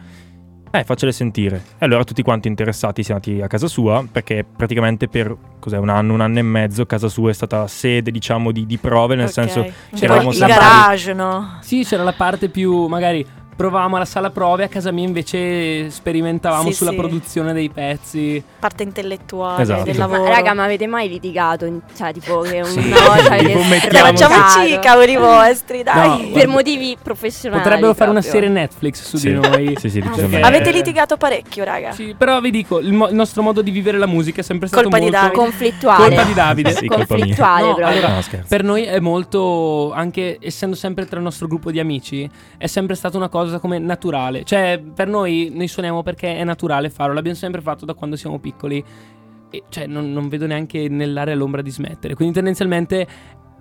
F: eh, faccele sentire. E allora tutti quanti interessati siamo andati a casa sua, perché praticamente per cos'è, un anno, un anno e mezzo, casa sua è stata sede, diciamo, di, di prove, nel
D: Ok.
F: senso
D: Poi
E: c'eravamo
D: il
E: sempre-
D: garage, no?
E: Sì, c'era la parte più magari provavamo alla sala prove, a casa mia invece sperimentavamo
D: Sì,
E: sulla
D: sì.
E: produzione dei pezzi.
D: Parte intellettuale
F: Esatto.
D: del
F: Ma,
D: lavoro.
C: Ma, raga, ma avete mai litigato? In- Cioè, tipo, che un cioè,
F: Sì.
C: una volta avete
F: Tipo,
D: Dai,
F: mettiamo-
C: sfracciato.
D: facciamoci i cavoli vostri, dai.
E: No,
C: Per
F: eh,
E: guarda,
C: motivi professionali.
E: Potrebbero fare una
C: proprio.
E: serie Netflix su
F: Sì.
E: di noi.
F: Sì, diciamo. sì,
E: Perché-
F: decisamente.
D: Avete litigato parecchio, raga.
E: Sì, però vi dico, il, mo- il nostro modo di vivere la musica è sempre stato
D: Colpa di
E: molto
D: Davide.
C: Conflittuale.
E: Colpa di Davide.
F: Sì, colpa mia.
C: conflittuale,
E: No,
C: proprio.
E: allora-
F: No, scherzo.
E: Per noi è molto, anche essendo sempre tra il nostro gruppo di amici, è sempre stata una cosa come naturale. Cioè, per noi noi suoniamo perché è naturale farlo, l'abbiamo sempre fatto da quando siamo piccoli. E, cioè, non, non vedo neanche nell'area l'ombra di smettere. Quindi tendenzialmente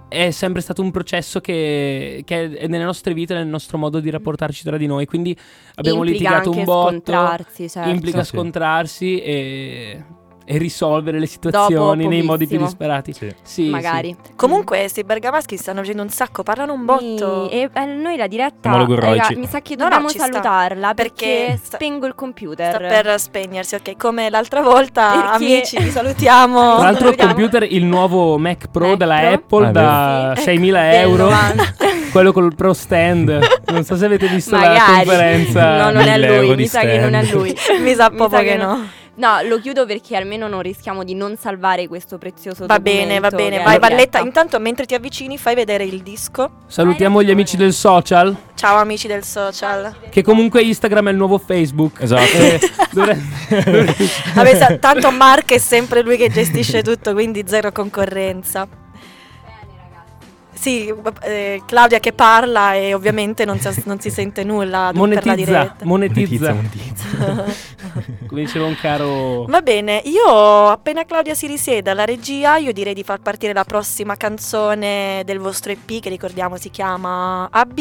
E: è sempre stato un processo che, che è nelle nostre vite, nel nostro modo di rapportarci tra di noi. Quindi abbiamo
C: Implica
E: litigato
C: anche
E: un botto,
C: scontrarsi, certo.
E: implica
F: Sì, sì.
E: scontrarsi e, e risolvere le situazioni nei modi più
C: pochissimo.
E: disperati.
F: Sì.
E: Sì, sì.
C: magari.
D: Comunque, questi bergamaschi stanno facendo un sacco, parlano un botto.
C: Mi- E eh, noi la diretta
F: Siamo logorroici.
C: raga, mi sa che
D: No, no,
C: dobbiamo
D: ci sta.
C: salutarla perché,
D: Perché sta-
C: spengo il computer.
D: Sta per spegnersi, ok? Come l'altra volta,
C: Perché-
D: amici, vi salutiamo.
E: Tra l'altro il
C: Salutiamo.
E: computer, il nuovo Mac Pro
C: Mac
E: della
C: Pro.
E: Apple
F: Ah, è
E: da
C: Sì. ecco,
E: 6.000
C: Del
E: euro,
C: 90.
E: quello col Pro Stand. Non so se avete visto la
C: Magari.
E: conferenza.
C: No, non è
F: 1000 euro
C: lui,
F: di
C: mi sa che non è
F: stand.
C: lui.
D: Mi sa proprio
C: che
D: che
C: no.
D: no.
C: No, lo chiudo perché almeno non rischiamo di non salvare questo prezioso
D: Va bene, va bene. Vai, Valletta. Intanto, mentre ti avvicini, fai vedere il disco.
E: Salutiamo gli amici del social,
D: Ciao, amici del social.
E: che comunque Instagram è il nuovo Facebook.
F: Esatto.
E: Eh, dovre- dovre-
D: Vabbè, sa- tanto Mark è sempre lui che gestisce tutto, quindi zero concorrenza. Sì, eh, Claudia che parla e ovviamente non, si- non si sente nulla per la
E: monetizza,
D: diretta.
E: monetizza,
F: Monetizza, monetizza.
D: Esatto.
E: come diceva un caro...
D: Va bene, io appena Claudia si risiede alla regia, io direi di far partire la prossima canzone del vostro EP che ricordiamo si chiama AB,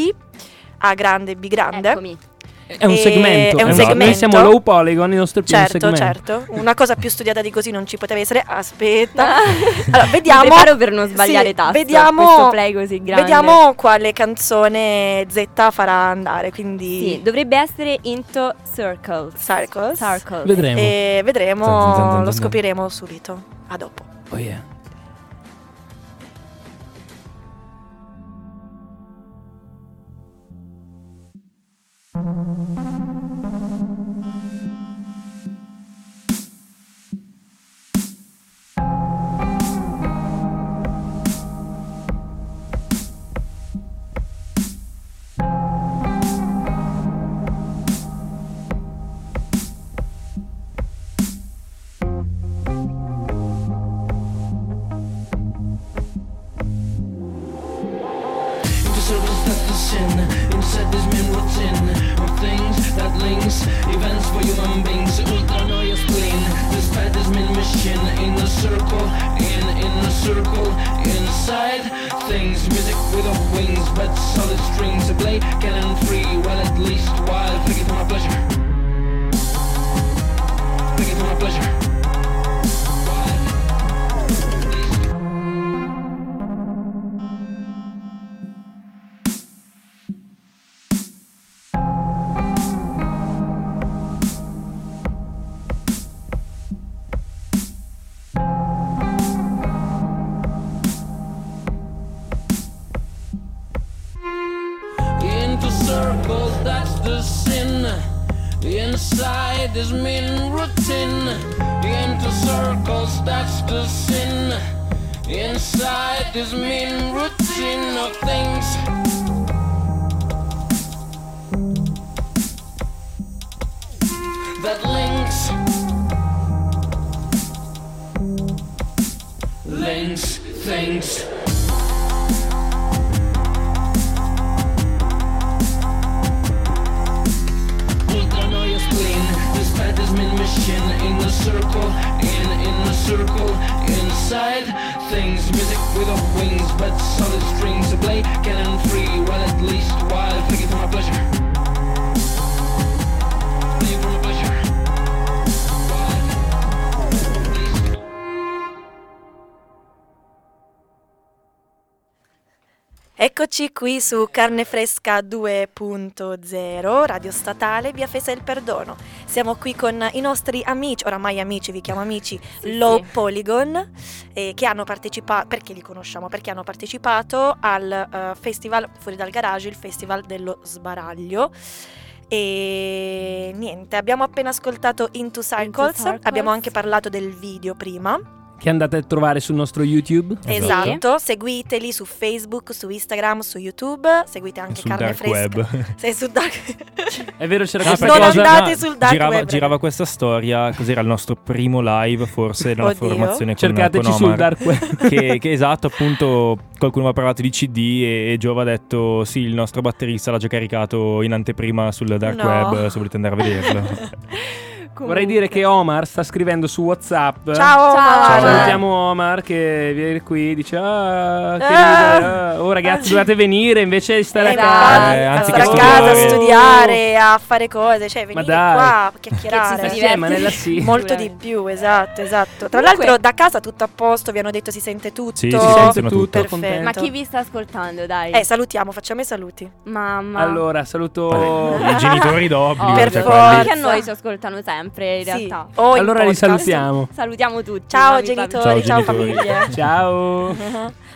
D: A grande B grande.
C: Eccomi.
E: È un
D: Eh,
E: segmento.
D: è un
E: eh, Noi
D: segmento.
E: siamo low polygon, il nostro più è un
D: Certo,
E: segmento.
D: certo, una cosa più studiata di così non ci poteva essere. Aspetta. Allora, vediamo
C: Ah. Mi preparo per non sbagliare
D: sì,
C: tasto.
D: Vediamo
C: Questo play così grande.
D: Vediamo quale canzone Z farà andare,
C: Sì,
D: quindi
C: dovrebbe essere Into Circles.
D: Circles.
C: Circles.
E: Vedremo.
D: e eh, vedremo,
F: Zan, zan, zan, zan,
D: lo
F: zan.
D: scopriremo subito. A dopo.
E: Oh yeah.
G: The circles that the sin inside this man rotten of things that links events for human beings ultranoia spleen despite this man mission in the circle in in the circle inside things music without wings but solid strings a blade cannon free well at least while picking for my pleasure picking for my pleasure into circles, that's the sin. Inside is mean routine. Into circles, that's the sin. Inside is mean routine of things. That links. Links, things. Ultranoia spleen This path is min mission In the circle, in, in the circle Inside things Music without wings But solid strings A blade cannon free Well at least while Picking for my pleasure Picking for my pleasure
D: Eccoci qui su Carne Fresca 2.0, Radio Statale, Via Fesa il Perdono. Siamo qui con i nostri amici, oramai amici, vi chiamo amici,
C: Sì,
D: Low
C: sì.
D: Polygon, eh, che hanno partecipato, perché li conosciamo? Perché hanno partecipato al eh, festival fuori dal garage, il festival dello sbaraglio. E niente, abbiamo appena ascoltato Into Circles,
C: Circles.
D: abbiamo anche parlato del video prima.
E: Che andate a trovare sul nostro YouTube.
D: Esatto.
F: Esatto.
D: seguiteli su Facebook, su Instagram, su YouTube, seguite anche
F: sul
D: Carne
F: dark
D: Fresca.
F: web.
D: Sei sul dark.
E: È vero, c'era
D: No,
E: questa
D: non
E: cosa.
D: andate sul dark
F: girava,
D: web.
F: girava questa storia, cos'era il nostro primo live forse nella
D: Oddio.
F: formazione con,
E: Cercateci
F: con
E: sul
F: Omar.
E: dark web.
F: che, che esatto, appunto, qualcuno mi ha parlato di CD e, e Giova ha detto: Sì, il nostro batterista l'ha già caricato in anteprima sul dark
D: No.
F: web. Se volete andare a vederlo, Eh,
E: Vorrei dire che Omar sta scrivendo su WhatsApp.
D: Ciao, Omar.
F: Ciao.
E: Salutiamo Omar che viene qui dice ah, che
D: Ah.
E: ridere, ah. oh ragazzi dovete venire invece di stare
D: Eh,
E: a
D: infatti,
E: casa
F: Eh, anzi
D: stare
F: che
D: a casa a
F: studiare.
D: studiare, a fare cose, cioè venite
E: dai.
D: qua a
C: Che
E: Eh,
D: chiacchierare.
C: ci si
E: sì,
C: diverte.
E: ma nella sì.
D: Molto di più, esatto, esatto. Tra
C: Comunque-
D: l'altro da casa tutto a posto, vi hanno detto si sente tutto.
F: Sì, si
E: si sente
F: Sono
E: tutto,
D: perfetto.
E: contento.
C: Ma chi vi sta ascoltando, dai?
D: Eh, salutiamo, facciamo i saluti.
C: Mamma.
E: allora saluto
F: i genitori d'obbligo.
C: Oh,
D: Oh. Per
F: cioè,
D: forza.
F: quelli-
C: Perché a noi ci ascoltano sempre, in
D: Sì,
C: realtà.
D: o in
E: allora li
D: podcast.
E: salutiamo
C: Salutiamo tutti.
D: Ciao
C: mamma,
D: genitori, ciao,
F: Ciao, genitori.
D: famiglie.
E: ciao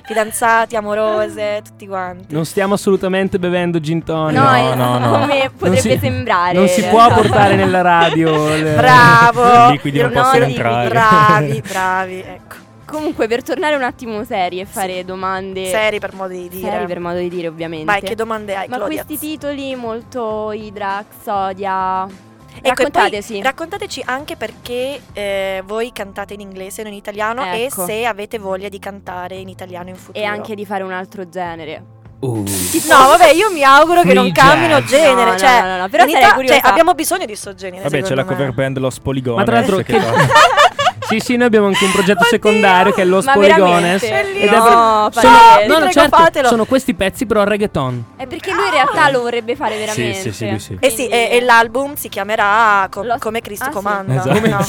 D: Fidanzati, amorose, tutti quanti.
E: non stiamo assolutamente bevando gin
C: papà.
E: tonic
C: No,
F: No,
C: eh,
F: no, no.
C: come potrebbe
E: si-
C: sembrare.
E: non si
C: in
E: può
C: realtà.
E: portare nella radio le-
D: Bravo.
F: I liquidi non
C: No,
F: possono
C: i liquidi,
F: entrare.
D: Bravi, bravi, ecco.
C: Comunque, per tornare un attimo seri e fare domande.
D: Seri per modo di dire.
C: Seri per modo di dire, ovviamente.
D: Vai, che domande hai,
C: Ma
D: Claudia?
C: questi titoli molto Hydrax, Sodia.
D: Ecco, e poi
C: Raccontateci.
D: raccontateci anche perché eh, voi cantate in inglese, non in italiano,
C: Ecco.
D: e se avete voglia di cantare in italiano in futuro.
C: e anche di fare un altro genere.
E: Uh.
D: No, vabbè, io mi auguro che non
E: Free
D: cambino
E: jazz.
D: genere.
C: No, no,
D: cioè,
C: no, no, no, però
D: in
C: sarei
D: Ita-
C: curiosa.
D: cioè, abbiamo bisogno di sto genere.
F: Vabbè, c'è la
D: secondo me.
F: cover band Los Poligones.
E: Ma tra l'altro
F: che
E: che-
F: fa-
E: sì sì noi abbiamo anche un progetto
D: Oddio,
E: secondario che è lo
C: ma
E: Spoligones
C: veramente?
E: ed è-
C: No,
E: sono,
C: Valerio,
E: no,
D: vi
E: no,
D: prego,
E: certo,
D: fatelo.
E: sono questi pezzi però reggaeton
C: È eh, perché lui in realtà lo vorrebbe fare veramente.
F: sì, sì, lui sì.
D: Ah. Eh sì, e, e l'album si chiamerà co-
C: Lo-
D: Come Cristo
C: Ah, sì.
D: comanda.
F: Esatto.
D: no?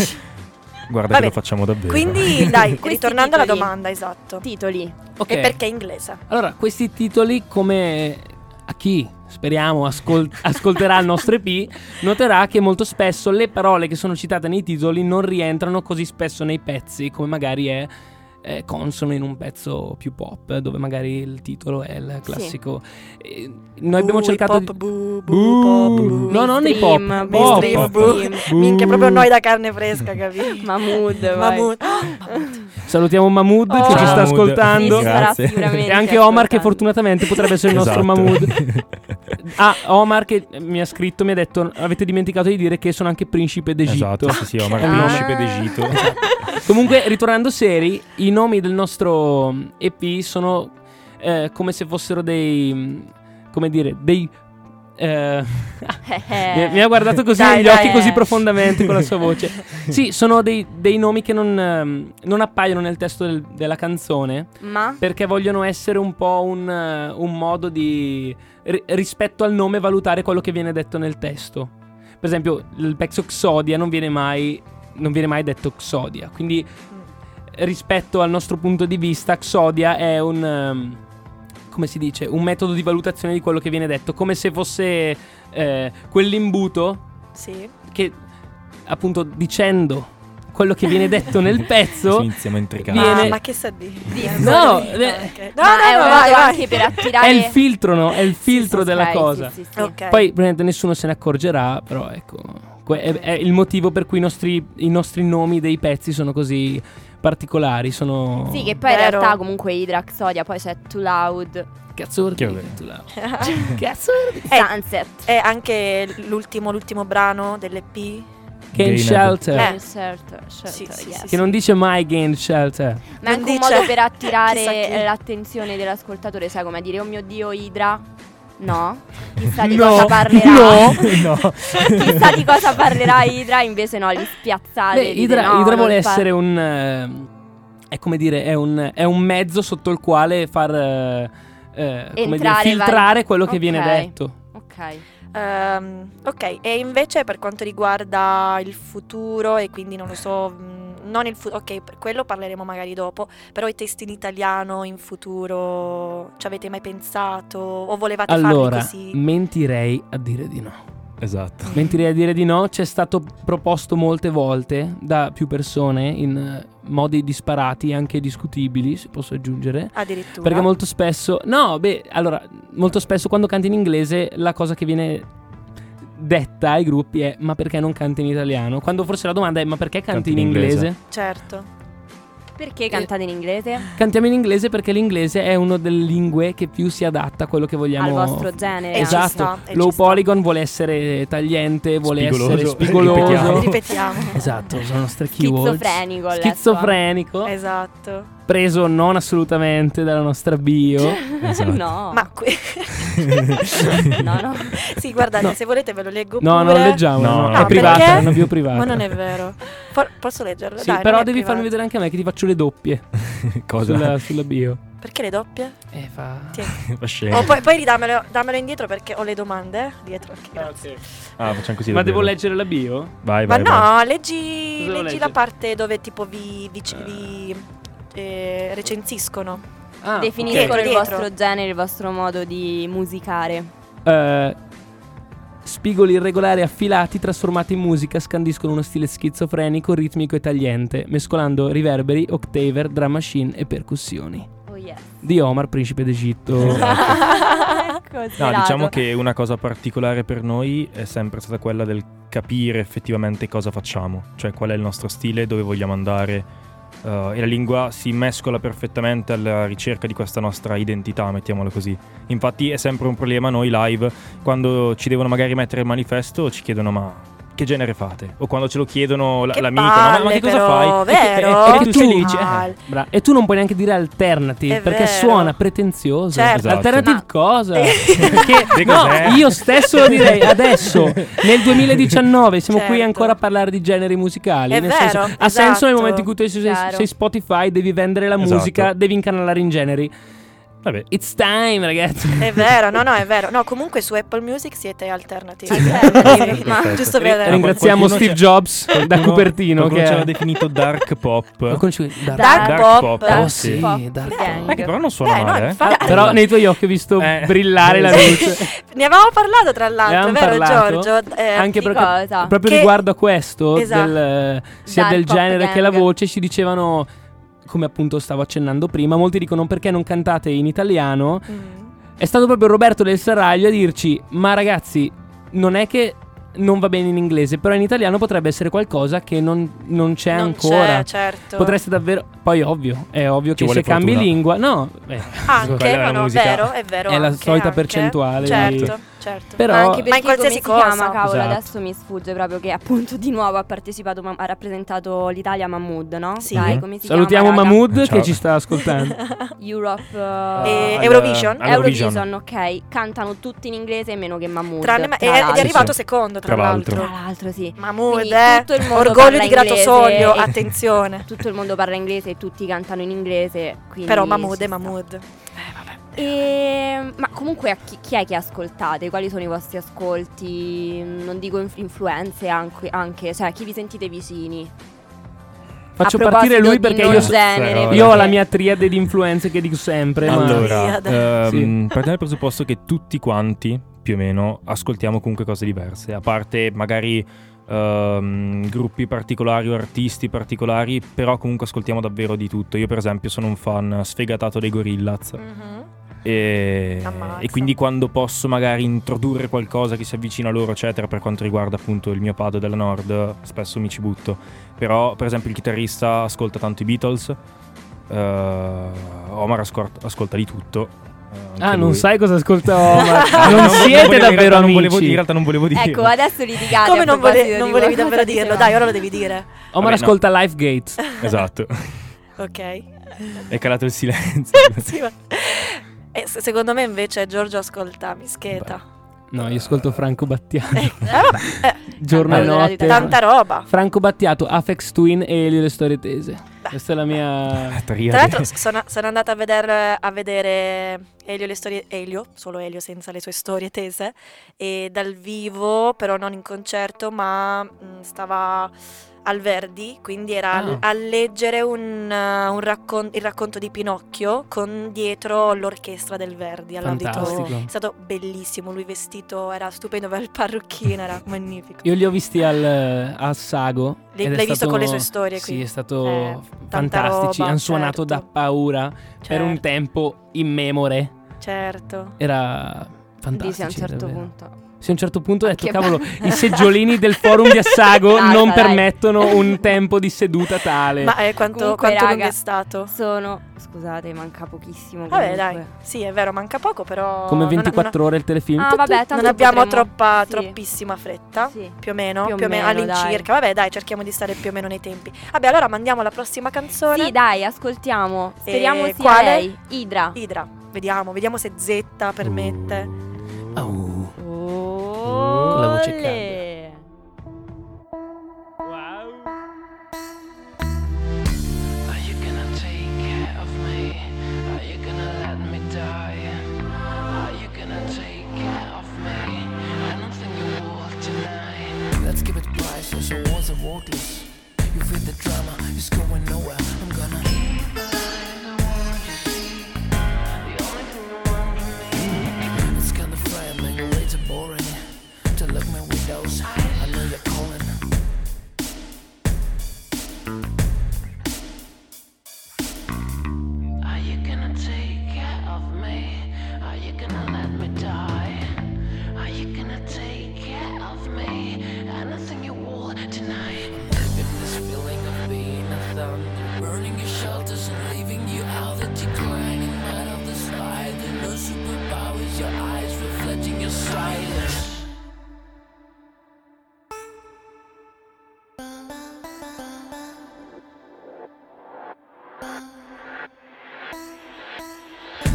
F: Guarda
D: Vabbè.
F: che lo facciamo davvero.
D: Quindi, dai,
C: Questi
D: ritornando alla
C: titoli.
D: domanda, esatto.
C: Titoli.
E: ok
D: E perché inglese?
E: Allora, questi titoli come a chi speriamo ascol- ascolterà il nostro EP noterà che molto spesso le parole che sono citate nei titoli non rientrano così spesso nei pezzi come magari è eh, consono in un pezzo più pop dove magari il titolo è il classico Eh, noi abbiamo
C: Uh,
D: Boo,
E: cercato
D: hip hop,
E: di
D: boo, boo,
E: Boo.
D: pop, boo.
E: No, non i
C: Mainstream,
E: pop, pop.
D: mainstream,
C: mainstream,
D: boo.
C: mainstream.
D: Minchia, proprio noi da carne fresca, capito?
C: Mahmood, vai.
D: Mahmood.
E: salutiamo Mahmood
C: Oh.
E: che ci
F: Ciao,
E: sta
F: Mahmood.
E: ascoltando
C: Sì, sarà
F: Grazie.
C: sicuramente
E: e anche Omar che
C: ascoltando.
E: fortunatamente potrebbe essere il nostro
F: Esatto.
E: Mahmood Ah, Omar che mi ha scritto, mi ha detto: Avete dimenticato di dire che sono anche principe d'Egitto.
F: Esatto, sì, sì, Omar,
E: Ah.
F: principe d'Egitto.
E: Comunque, ritornando seri, i nomi del nostro EP sono eh, come se fossero dei. mh, come dire, dei. eh, mi- mi ha guardato così
D: Dai,
E: negli
D: dai,
E: occhi
D: eh.
E: così profondamente con la sua voce. Sì, sono dei, dei nomi che non, ehm, non appaiono nel testo del- della canzone
C: Ma
E: perché vogliono essere un po' un, eh, un modo di ri- rispetto al nome valutare quello che viene detto nel testo. Per esempio, il pezzo Xodia non viene mai, non viene mai detto Xodia, quindi rispetto al nostro punto di vista Xodia è un ehm, come si dice, un metodo di valutazione di quello che viene detto, come se fosse eh, quell'imbuto
D: Sì.
E: che appunto dicendo quello che viene detto nel
F: Si
E: pezzo
F: iniziamo a intricare.
E: Viene-
D: Ah, ma che sa di? Ah,
E: No,
D: Ok.
E: eh,
C: ma è
D: no,
C: un
D: no, no,
C: modo
D: vai, vai.
C: anche per attirare
E: è il filtro, no? È il
C: Sì, sì,
E: filtro
C: sì,
E: della
C: ok,
E: cosa.
C: sì, sì, sì.
D: Ok.
E: Poi probabilmente nessuno se ne accorgerà, però ecco, que- è, è il motivo per cui i nostri, i nostri nomi dei pezzi sono così particolari, sono...
C: Sì, che poi in
D: Vero.
C: realtà comunque Hydraxodia, poi c'è Too Loud,
E: Cazzo ordi,
F: Che vabbè.
E: tu là.
C: Cazzo
D: Eh,
C: Sunset,
D: E anche l'ultimo, l'ultimo brano dell'EP.
E: Gain
F: Gain
E: Shelter.
D: Eh.
C: Insert, Shelter,
D: Sì, sì,
C: yes.
D: sì,
E: Che non dice mai Gain Shelter.
C: Ma è anche un
D: dice-
C: modo per
D: chissà chi.
C: attirare l'attenzione dell'ascoltatore, sai come a dire, oh mio Dio, Idra, no, chissà di
E: No,
C: cosa parlerà,
E: no.
F: no.
C: chissà di cosa parlerà Idra, invece no, li spiazzate,
E: Beh,
C: dite,
E: Idra,
C: Ah, no,
E: Idra
C: non
E: vuole
C: par-
E: essere un... ehm, è come dire, è un, è un mezzo sotto il quale far... eh, eh, come dire,
C: Entrare vari-
E: filtrare quello che viene
C: Ok.
E: detto.
C: Ok,
D: Ehm, ok, e invece per quanto riguarda il futuro, e quindi non lo so, mh, non il futuro, ok, per quello parleremo magari dopo, però i testi in italiano in futuro ci avete mai pensato o volevate farli
E: Allora, mm,
D: così?
E: mentirei a dire di no.
F: Esatto.
E: Mentirei a dire di no, c'è stato proposto molte volte da più persone in eh, modi disparati, anche discutibili, se posso aggiungere.
D: Addirittura.
E: Perché molto spesso, no, beh, allora, molto spesso quando canti in inglese la cosa che viene detta ai gruppi è ma perché non canti in italiano? Quando forse la domanda è ma perché canti, in inglese?
D: Certo.
C: Perché cantate in inglese?
E: Cantiamo in inglese perché l'inglese è una delle lingue che più si adatta a quello che vogliamo
C: Al vostro genere.
D: E ci
E: Esatto.
D: sta, e
E: Low
D: ci sta.
E: Polygon vuole essere tagliente, vuole
F: Spigoloso.
E: essere spigoloso.
F: Ripetiamo.
D: Ripetiamo.
E: esatto, sono nostre keywords.
C: Schizofrenico. adesso.
E: Schizofrenico,
D: Esatto.
E: preso non assolutamente dalla nostra bio.
F: Esatto.
C: No.
D: Ma qui...
C: No, no.
D: sì, guardate,
E: No.
D: se volete ve lo leggo
E: No,
D: pure.
E: non leggiamo,
F: No,
E: no,
F: no,
E: è
F: no.
E: privata,
D: perché?
E: è una bio privata.
D: Ma non è vero. For- posso leggerlo?
E: Sì,
D: Dai,
E: però
D: non è
E: devi farmi
D: privato.
E: vedere anche a me che ti faccio le doppie
F: Cosa?
E: sulla, sulla bio.
D: Perché le doppie?
E: Eh, fa...
D: Ti-
F: Fa scena.
D: Oh, poi, poi ridammelo dammelo indietro perché ho le domande dietro. ok, grazie.
F: Ah, facciamo così.
E: Ma devo
F: davvero.
E: leggere la bio?
F: Vai,
D: Ma
F: vai. vai.
D: no, leggi,
E: Cosa devo
D: leggi la
E: leggere?
D: parte dove tipo vi, vi- vi, eh, recensiscono.
E: Ah,
C: Definiscono
D: ok.
C: il
D: Dietro.
C: vostro genere, il vostro modo di musicare.
E: Eh, spigoli irregolari affilati trasformati in musica scandiscono uno stile schizofrenico, ritmico e tagliente, mescolando riverberi, octaver, drum machine e percussioni.
C: Oh yes.
E: Di Omar, principe d'Egitto.
C: ecco,
F: No,
C: sferato.
F: diciamo che una cosa particolare per noi è sempre stata quella del capire effettivamente cosa facciamo, cioè qual è il nostro stile, dove vogliamo andare. eh, e la lingua si mescola perfettamente alla ricerca di questa nostra identità, mettiamolo così. Infatti è sempre un problema noi live, quando ci devono magari mettere il manifesto ci chiedono ma che genere fate? O quando ce lo chiedono la,
D: Che
F: l'amico, "No, ma, ma
D: palle
F: che cosa
D: però,
F: fai? E-
D: vero?
F: E, e tu
E: Che
F: sei lì, dici,
D: palle.
F: eh,
E: Bra- e tu non puoi neanche dire alternative
D: È
E: perché
D: vero.
E: suona pretenzioso.
D: Certo.
F: Esatto.
E: Alternative
C: Ma-
E: cosa? perché
F: Che
E: no,
F: cos'è?
E: io stesso lo direi adesso, nel 2019, siamo qui
D: Certo.
E: ancora a parlare di generi musicali.
D: È
E: nel
D: vero,
E: senso, ha senso nel
D: esatto.
E: momento in cui tu sei,
C: Chiaro.
E: sei Spotify, devi vendere la
F: Esatto.
E: musica, devi incanalare in generi.
F: vabbè,
E: It's time, ragazzi.
D: È vero, no, no, è vero. No, comunque su Apple Music siete alternativi.
C: Alternativi,
D: Ma
F: perfetto.
D: giusto
F: Ri-
D: per
F: ringra-
E: Ringraziamo
F: qualcuno
E: Steve
F: c'è-
E: Jobs da Cupertino
F: qualcuno
E: che
F: ci aveva
E: è...
F: definito dark pop.
E: Qualcuno ci- Dark-
C: Dark
F: Dark pop.
D: pop.
E: Oh,
F: eh,
E: sì,
F: sì.
E: Dark-
C: Gang.
F: Eh, che però non suona
D: Eh, no,
F: male, eh.
D: infatti-
E: Ah, Però nei tuoi occhi ho visto
F: Eh.
E: brillare la luce.
D: Ne avevamo parlato tra l'altro,
E: Ne
D: vero
E: avevamo parlato?
D: Giorgio? Eh,
E: anche
C: di
E: perché
C: cosa?
E: proprio
D: Che-
E: riguardo a questo
D: Esatto.
E: del, eh, sia
C: Dal
E: del
C: pop
E: genere che la
C: gang.
E: voce ci dicevano come appunto stavo accennando prima molti dicono perché non cantate in italiano
D: Mm.
E: è stato proprio Roberto del Serraglio a dirci ma ragazzi non è che non va bene in inglese però in italiano potrebbe essere qualcosa che non, non c'è
D: Mm. non
E: ancora
D: c'è, certo.
E: potreste davvero poi ovvio è ovvio
F: Ci
E: che
F: vuole
E: se cambi
F: fortuna.
E: lingua no eh,
D: anche,
F: Quella è
D: no,
F: la
D: no, è
F: musica.
D: vero, è vero.
E: È la
D: anche,
E: solita
D: anche.
E: percentuale di-
D: Certo, certo.
E: però
C: Ma anche perché
D: Ma in qualsiasi
C: come si
D: cosa.
C: chiama, cavolo,
F: Esatto.
C: adesso mi sfugge proprio che appunto di nuovo ha partecipato, ma- ha rappresentato l'Italia Mahmood, no?
D: Sì.
C: Dai, come si
E: salutiamo
C: chiama, raga?
E: Mahmood
F: Ciao.
E: che ci sta ascoltando
C: Europe
D: E-
C: eh,
F: Ah, al-
D: Eurovision?
F: all'Eurovision.
C: Eurovision, ok. Cantano tutti in inglese meno che Mahmood.
D: Tranne ma-
C: tra
D: e- ed è
C: l'altro.
D: arrivato secondo, tra,
F: Tra l'altro.
C: Tra l'altro, sì.
D: Mahmood,
C: Quindi
D: eh.
C: tutto il mondo
D: orgoglio
C: parla
D: di
C: inglese
D: Gratosoglio,
C: e-
D: attenzione.
C: Tutto il mondo parla inglese e tutti cantano in inglese. Quindi
D: Però Mahmood
C: ci
D: è
C: sta.
D: Mahmood.
C: E- ma comunque a chi, chi è che ascoltate? Quali sono i vostri ascolti? Non dico inf- influenze anche, anche, cioè chi vi sentite vicini?
E: faccio
C: a proposito
E: partire lui
C: di
E: perché
C: non
E: io so-
C: genere,
F: Io
E: Io ho
C: perché-
E: la mia triade di influenze che dico sempre. ma-
F: Allora,
D: Triade.
F: ehm, partiamo dal presupposto che tutti quanti, più o meno, ascoltiamo comunque cose diverse, a parte magari ehm, gruppi particolari o artisti particolari, però comunque ascoltiamo davvero di tutto. Io per esempio sono un fan sfegatato dei Gorillaz
D: Mhm.
F: e,
D: Ammazza.
F: e quindi quando posso magari introdurre qualcosa che si avvicina a loro, eccetera, per quanto riguarda appunto il mio pado della Nord, spesso mi ci butto. Però per esempio il chitarrista ascolta tanto i Beatles, eh, Omar ascort- ascolta di tutto. eh, anche
E: Ah, non
F: lui.
E: sai cosa ascolta
F: Ah,
E: Omar. non
F: vo-
E: siete
F: volevo- in
E: davvero
F: realtà
E: amici.
F: Non volevo dire, in realtà non volevo dire.
C: Ecco, adesso litigate.
D: Come
C: a
D: non,
C: proposito
D: vole-
C: di
D: non volevi
C: qualcosa
D: davvero
C: che
D: dirlo?
C: dicevamo.
D: Dai, ora lo devi dire.
E: Omar
F: Vabbè, no.
E: ascolta Life Gate.
F: Esatto,
D: Ok.
F: è calato il silenzio. Esatto.
D: Sì, ma- E se- secondo me invece Giorgio ascolta Mischeta.
E: No, io ascolto Franco Battiato.
D: Eh, vabbè, eh,
E: Giorno e
C: Allora,
E: notte.
D: tanta roba.
E: Franco Battiato, Afex Twin e Elio le storie tese. Questa è la mia.
F: La triade.
D: Tra l'altro s- sono, sono andata a vedere, a vedere Elio le storie Elio, solo Elio senza le sue storie tese e dal vivo, però non in concerto, ma mh, stava al Verdi, quindi era al-
E: Ah.
D: a leggere un, eh, un raccon- il racconto di Pinocchio con dietro l'orchestra del Verdi all'auditorio.
E: Fantastico.
D: È stato bellissimo, lui vestito era stupendo, aveva il parrucchino, era magnifico.
E: Io li ho visti al, al Sago.
D: Li-
E: ed è
D: l'hai visto
E: stato-
D: con le sue storie,
E: Sì,
D: quindi.
E: è stato
D: Eh, tanta
E: fantastici.
D: roba,
E: Hanno suonato
D: certo.
E: da paura per un
D: Certo,
E: tempo immemore.
D: Certo.
E: Era fantastico.
C: Dici a un certo
E: davvero.
C: punto.
E: Sì, a un certo punto ho detto,
C: Anche
E: cavolo,
C: me."
E: i seggiolini del forum di Assago
C: Basta,
E: non
C: dai.
E: permettono un tempo di seduta tale.
D: Ma eh, quanto,
C: Comunque,
D: quanto
C: raga,
D: lungo è stato?
C: Sono. Scusate, manca pochissimo.
D: Vabbè,
C: comunque.
D: dai, sì, è vero, manca poco, però.
E: Come
D: non- non-
E: 24 ore il telefilm.
C: Ah, vabbè, tanto
D: non abbiamo
C: potremmo-
D: troppa,
C: sì.
D: troppissima fretta.
C: Sì.
D: Più o meno,
C: Più o
D: più o meno,
C: meno,
D: all'incirca. Vabbè, dai, cerchiamo di stare più o meno nei tempi. Vabbè, allora mandiamo la prossima canzone.
C: Sì, dai, ascoltiamo. Speriamo sia
D: quale?
C: lei. Idra.
D: Idra, vediamo, vediamo se Z permette.
B: Au.
C: Con
B: la voce calda.
G: Are you gonna take care of me? Are you gonna let me die? Are you gonna take care of me? I don't think you will tonight. Let's give it priceless, your words are worthless. You feel the drama, it's going nowhere. I'm gonna. It's kinda framing, way too boring to look me with those. I know you're calling. Are you gonna take care of me? Are you gonna let me die? Are you gonna take care of me? Anything you will tonight. I'm living this feeling of being a thunder. Burning your shelters and leaving you out the declining light of the slide. There are no superpowers, your eyes reflecting your silence.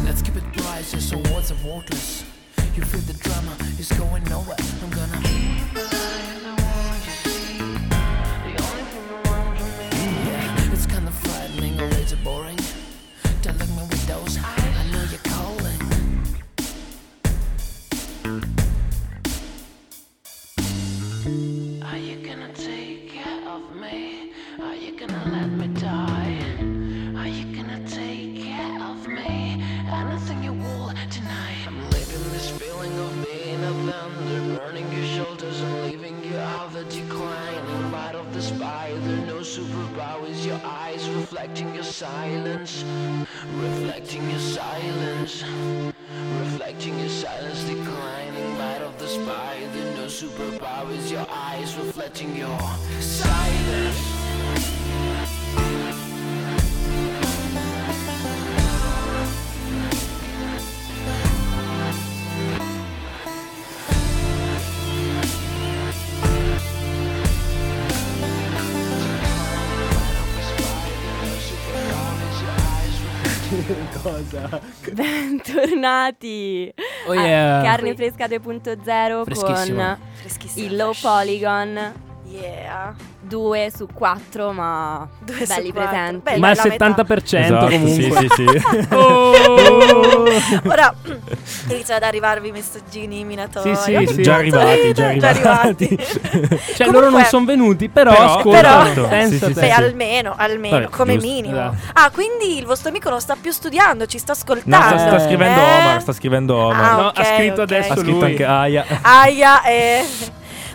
G: Let's keep it priceless, awards are worthless. You feel the drama is going nowhere. I'm gonna. Yeah, it's kind of frightening, a little boring. Don't look me with those. I know you're calling. Are you gonna take care of me? Are you gonna let me die? Are you gonna take care of me? Anything you will tonight. I'm leaving this feeling of being a thunder, burning your shoulders and leaving you out the declining light of the spider. No superpowers, your eyes reflecting your silence, reflecting your silence. Reflecting your silence, declining light of the spider. No superpowers, your eyes reflecting your silence.
C: Bentornati.
E: Oh
D: Ah,
C: a
E: yeah.
C: Carne fresca
B: Freschissimo.
C: 2.0 con
D: Freschissimo.
C: il low polygon.
D: Yeah.
C: 2 su 4, ma
D: Due su
C: belli
D: quattro.
C: presenti.
D: Beh,
E: Ma il
D: la metà.
E: 70% comunque.
F: Esatto,
E: Oh.
F: sì, sì, sì.
D: Ora iniziano ad arrivarvi i messaggini minatori.
E: Sì, sì, sì.
F: Già arrivati, già arrivati.
E: Cioè,
D: Comunque-
E: loro non sono venuti, però,
F: Però-
E: ascoltano.
F: però-
E: Pensa
F: Sì, sì,
E: te.
D: Beh,
F: sì.
D: almeno, almeno,
F: Vabbè,
D: come
F: giusto.
D: minimo.
E: Esatto.
D: Ah, quindi il vostro amico non sta più studiando, ci sta
F: No,
D: ascoltando.
F: sta, sta scrivendo
D: eh?
F: Omar, sta scrivendo Omar.
D: Ah,
E: No,
D: ok,
E: ha scritto
D: ok.
E: adesso
F: ha scritto
E: lui.
F: anche ah, Aya.
D: Aia, eh.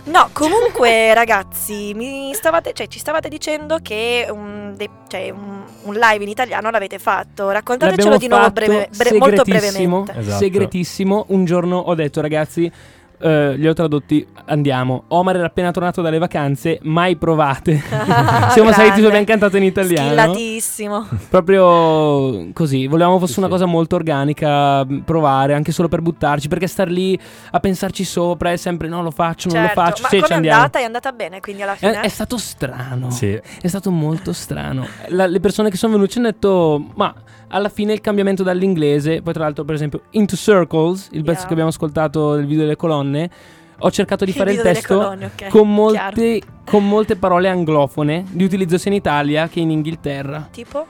D: No, comunque ragazzi, mi stavate, cioè, ci stavate dicendo che un, de- cioè, un- un live in italiano l'avete fatto, raccontatecelo
E: L'abbiamo
D: di nuovo
E: fatto
D: breve, bre- molto
E: segretissimo,
D: brevemente.
F: Esatto.
E: segretissimo. Un giorno ho detto, ragazzi, eh, li ho tradotti, andiamo. Omar era appena tornato dalle vacanze, mai provate. Siamo saliti su,
D: Grande.
E: abbiamo cantato in italiano.
D: Schillatissimo.
E: Proprio così, volevamo fosse
F: Sì,
E: una
F: sì.
E: cosa molto organica, mh, provare, anche solo per buttarci, perché star lì a pensarci sopra è sempre no, lo faccio, non
D: Certo,
E: lo faccio,
D: ma
E: sì,
D: come
E: ci
D: è
E: andiamo. Eh,
D: andata? È andata bene, quindi alla
E: È,
D: fine.
E: è stato strano.
F: Sì.
E: È stato molto strano. La- le persone che sono venute ci hanno detto, ma alla fine il cambiamento dall'inglese, poi tra l'altro per esempio Into Circles, il pezzo
D: Yeah.
E: che abbiamo ascoltato del video delle colonne, ho cercato di fare il
D: video delle
E: testo
D: colonne,
E: con,
D: ok, chiaro.
E: molte, con molte parole anglofone, di utilizzo sia in Italia che in Inghilterra.
D: Tipo?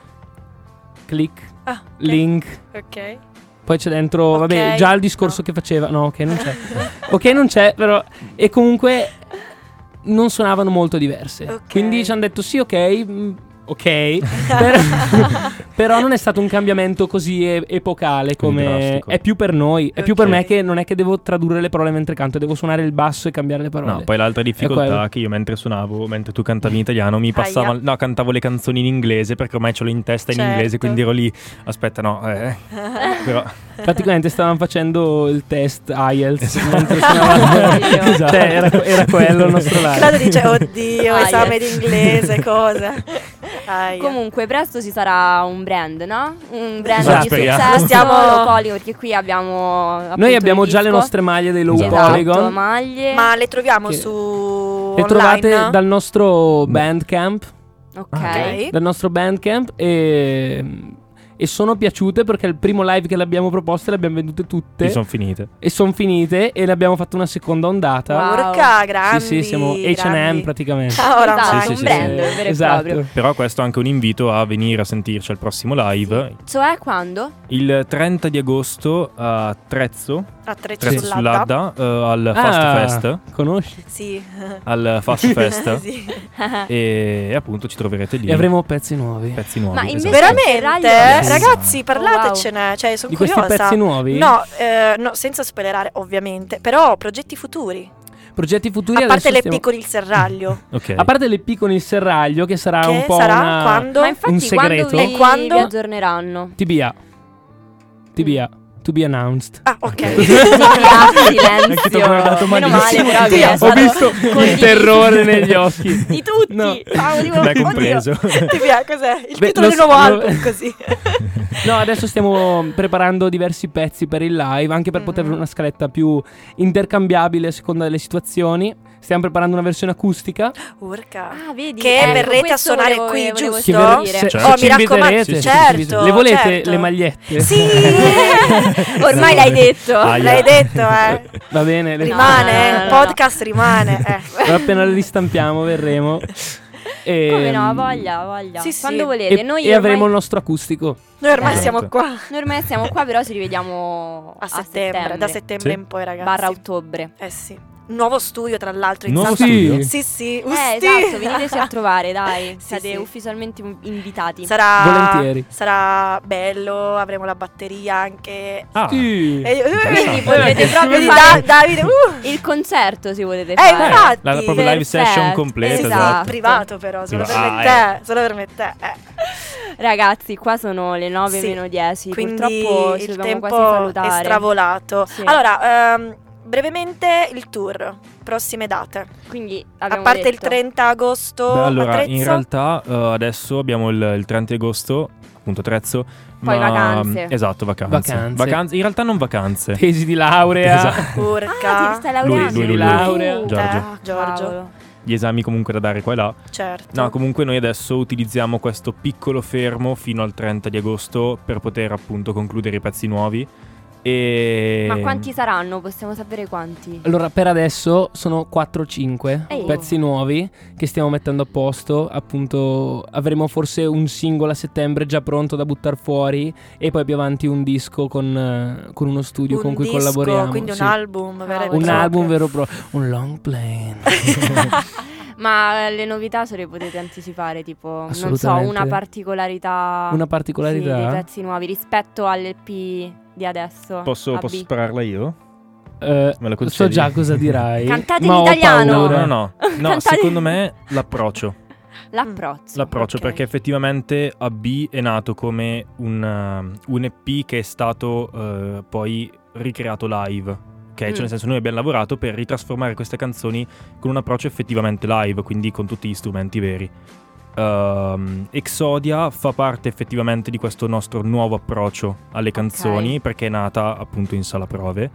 E: Click,
D: Ah, ok.
E: link,
D: Ok.
E: Poi c'è dentro,
D: Ok,
E: vabbè, già il discorso
D: no.
E: che faceva. No, ok, non c'è. ok, non c'è, però. E comunque non suonavano molto diverse.
D: Ok.
E: Quindi ci hanno detto sì, ok. mm, Ok, però, però non è stato un cambiamento così e- epocale
F: Così
E: come
F: drastico.
E: è più per noi, è più per
D: Ok.
E: me che non è che devo tradurre le parole mentre canto, devo suonare il basso e cambiare le parole.
F: No, poi l'altra difficoltà
E: quello.
F: è che io mentre suonavo, mentre tu cantavi in italiano, mi passava.
D: Aia.
F: No, cantavo le canzoni in inglese perché ormai ce l'ho in testa in
D: Certo.
F: inglese, quindi ero lì. Aspetta, no, eh. però
E: Praticamente stavamo facendo il test IELTS
F: Esatto.
E: mentre suonavamo.
F: Esatto.
E: Cioè, era, era quello il nostro live.
D: Claudio dice, oddio,
C: Aia.
D: esame di inglese, cosa? Aia.
C: Comunque, presto ci sarà un brand, no? Un brand
F: Ma
C: di
F: speriamo.
C: successo.
D: Stiamo-
C: Lo colico, perché qui abbiamo.
E: Esatto, Noi
C: appunto
E: abbiamo
C: il
E: già le
C: disco.
E: nostre maglie dei Low
C: esatto,
E: Polygon.
C: maglie.
D: Ma le troviamo
E: Che-
D: su
E: Le
D: online?
E: trovate dal nostro Bandcamp.
C: Ok.
D: Ok.
E: Dal nostro Bandcamp e. E sono piaciute perché il primo live che le abbiamo proposte le abbiamo vendute tutte
F: mi sono finite.
E: e sono finite e ne abbiamo fatto una seconda ondata.
C: Wow.
D: Urca, grandi,
E: Sì, sì, siamo
D: grandi.
E: H&M praticamente.
D: Ah,
C: Esatto,
D: oramai.
F: Sì,
C: un
F: sì, sì,
C: brand
E: Eh,
C: vero
E: esatto.
C: e proprio.
F: Però questo è anche un invito a venire a sentirci al prossimo live.
C: Cioè, quando?
F: Il 30 di agosto a Trezzo,
D: Attrezzo
F: Trezzo
D: sull'Adda.
F: sull'Adda, eh, al
E: Ah,
F: Fast Fest.
E: Conosci?
D: Sì.
F: Al Fast Fest.
D: Sì.
F: e appunto ci troverete lì.
E: E avremo pezzi nuovi.
F: pezzi nuovi.
C: Ma invece-
F: esatto.
D: Veramente?
C: Veramente?
D: Ragazzi,
F: Sì.
D: parlatecene, cioè sono
E: Di questi
D: curiosa.
E: pezzi nuovi?
D: No, eh, no, senza spoilerare ovviamente, però progetti futuri.
E: Progetti futuri
D: A
E: adesso
D: parte le
E: stiamo-
D: piccole il serraglio.
F: Ok.
E: A parte le P con il serraglio, che sarà Ah, un
D: che
E: po'
D: sarà
E: una
D: quando?
C: Ma infatti,
E: Un segreto?
C: quando vi,
D: E quando?
C: vi aggiorneranno?
E: TBA. TBA. To be announced.
D: Ah, ok.
C: Sì, ah,
F: Anche tu hai
C: silenzio.
F: guardato
C: Meno male,
F: malissimo.
C: però,
D: Sì,
C: che è
D: ho
C: stato
D: visto
C: condiviso.
E: il terrore negli occhi.
C: Di tutti.
E: No.
C: Paolo, dico,
F: Me
C: oddio.
F: compreso.
D: Ti piace? Cos'è? Il
E: Beh, lo
D: titolo del
E: so-
D: nuovo
E: lo-
D: album, così.
E: No, adesso stiamo preparando diversi pezzi per il live, anche per poter
D: Mhm.
E: avere una scaletta più intercambiabile a seconda delle situazioni. Stiamo preparando una versione acustica.
D: Urca.
C: Ah, vedi?
D: Che
C: ecco,
D: verrete a
C: questo
D: suonare
C: volevo-
D: qui,
C: volevo
D: giusto?
E: Ci
C: solo
E: ver-
C: dire.
E: se-
F: Certo.
E: se
F: Oh,
D: mi
E: Cioè, ci
D: raccomando,
E: inviterete, se
F: sì,
D: certo,
E: ci inviterete. Le volete
D: certo.
E: le magliette?
D: Sì!
C: Ormai l'hai detto.
F: Aia.
D: L'hai detto, eh.
E: Va bene, le
D: Rimane,
C: No, no, no,
D: eh, podcast rimane. eh.
E: Allora, appena le ristampiamo verremo. E,
C: Come no, voglia, voglia.
D: Sì, sì.
C: Quando
E: E,
C: volete. noi,
E: e avremo il
C: ormai,
E: nostro acustico.
D: Noi ormai
C: Eh.
D: siamo qua
C: noi ormai siamo qua, però ci rivediamo
D: a settembre, da settembre
F: Sì.
D: in poi, ragazzi.
C: barra ottobre.
D: Eh sì. Nuovo studio, tra l'altro, in
F: Nuovo
D: San-
E: studio?
D: Sì, sì,
C: Eh,
D: usti.
C: esatto, veniteci a trovare, dai.
D: Sì,
C: Siete
D: sì.
C: ufficialmente invitati.
D: Sarà,
E: Volentieri.
D: sarà bello, avremo la batteria anche.
F: Ah,
E: Sì.
D: E- eh,
F: interessante.
C: potrete proprio
D: Vedi,
C: fare-
D: Da- Davide, uh,
C: Il concerto si volete
D: eh,
C: fare.
D: infatti.
F: la proprio live
C: Perfetto,
F: session completa.
D: Esatto.
C: esatto.
D: privato però, solo per
F: Privato.
D: me te, solo per me te. eh.
C: Ragazzi, qua sono le 9
D: Sì,
C: meno 10.
D: Quindi
C: Purtroppo ci
D: il
C: dobbiamo
D: tempo
C: quasi salutare.
D: è stravolato.
C: Sì.
D: Allora, ehm, brevemente il tour, prossime date.
C: Quindi
D: a
C: abbiamo
D: parte il
C: detto-
D: 30 agosto,
F: Beh, allora,
D: Attrezzo.
F: in realtà eh, adesso abbiamo il, il 30 agosto, appunto Trezzo.
C: Poi
F: ma-
C: vacanze.
F: Esatto, vacanze.
E: Vacanze. Eh.
F: Vacanze- In realtà non vacanze.
E: Tesi di laurea.
F: Esatto.
D: Urca.
C: Ah, ti stai laureando.
F: Lui- lui-
E: lui- laurea.
C: Uh,
F: Giorgio.
D: Eh, Giorgio,
C: cavolo.
F: Gli esami comunque da dare qua e là.
D: certo.
F: No, comunque noi adesso utilizziamo questo piccolo fermo fino al 30 di agosto per poter appunto concludere i pezzi nuovi. E...
C: Ma quanti saranno? Possiamo sapere
F: Eh.
C: quanti?
E: Allora, per adesso sono 4-5
C: Ehi.
E: pezzi nuovi che stiamo mettendo a posto. Appunto, avremo forse un singolo a settembre già pronto da buttare fuori. E poi più avanti un disco con, eh, con uno studio
D: Un
E: con cui
D: disco,
E: collaboriamo.
D: Quindi un
E: sì.
D: album, vero e
C: Un
E: Un
D: proprio.
E: album vero proprio. Un long play.
C: Ma le novità se le potete anticipare, tipo, non so,
E: Assolutamente.
C: una particolarità
E: Una
C: sì, dei
E: particolarità.
C: pezzi nuovi rispetto all'LP di adesso.
F: Posso,
C: AB.
F: posso spararla io?
E: Eh,
F: Me la
E: so
F: concedi?
E: già cosa dirai.
C: Cantate in
E: ma ho
C: italiano.
F: Ah, No,
E: paura.
F: no, no. No,
C: Cantate-
F: secondo me l'approccio.
C: L'approccio.
F: L'approccio
C: ok.
F: perché effettivamente AB è nato come un, um, un EP che è stato eh, poi ricreato live. Ok,
C: Mm.
F: cioè nel senso noi abbiamo lavorato per ritrasformare queste canzoni con un approccio effettivamente live, quindi con tutti gli strumenti veri. Ehm, Exodia fa parte effettivamente di questo nostro nuovo approccio alle canzoni perché è nata appunto in sala prove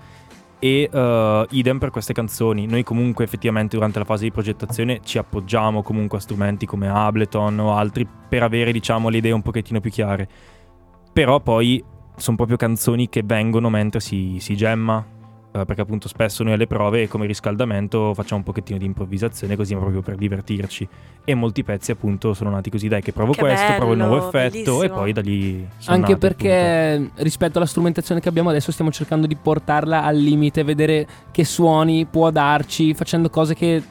F: e eh, idem per queste canzoni. Noi comunque effettivamente durante la fase di progettazione ci appoggiamo comunque a strumenti come Ableton o altri per avere diciamo le idee un pochettino più chiare. Però poi sono proprio canzoni che vengono mentre si, si gemma. eh, eh, perché appunto spesso noi alle prove come riscaldamento facciamo un pochettino di improvvisazione così ma proprio per divertirci e molti pezzi appunto sono nati così dai che provo
D: Che
F: questo, provo il nuovo
D: bello,
F: effetto e
D: bellissimo.
F: poi da lì sono
E: Anche
F: nati, appunto.
E: perché rispetto alla strumentazione che abbiamo adesso stiamo cercando di portarla al limite, vedere che suoni può darci, facendo cose che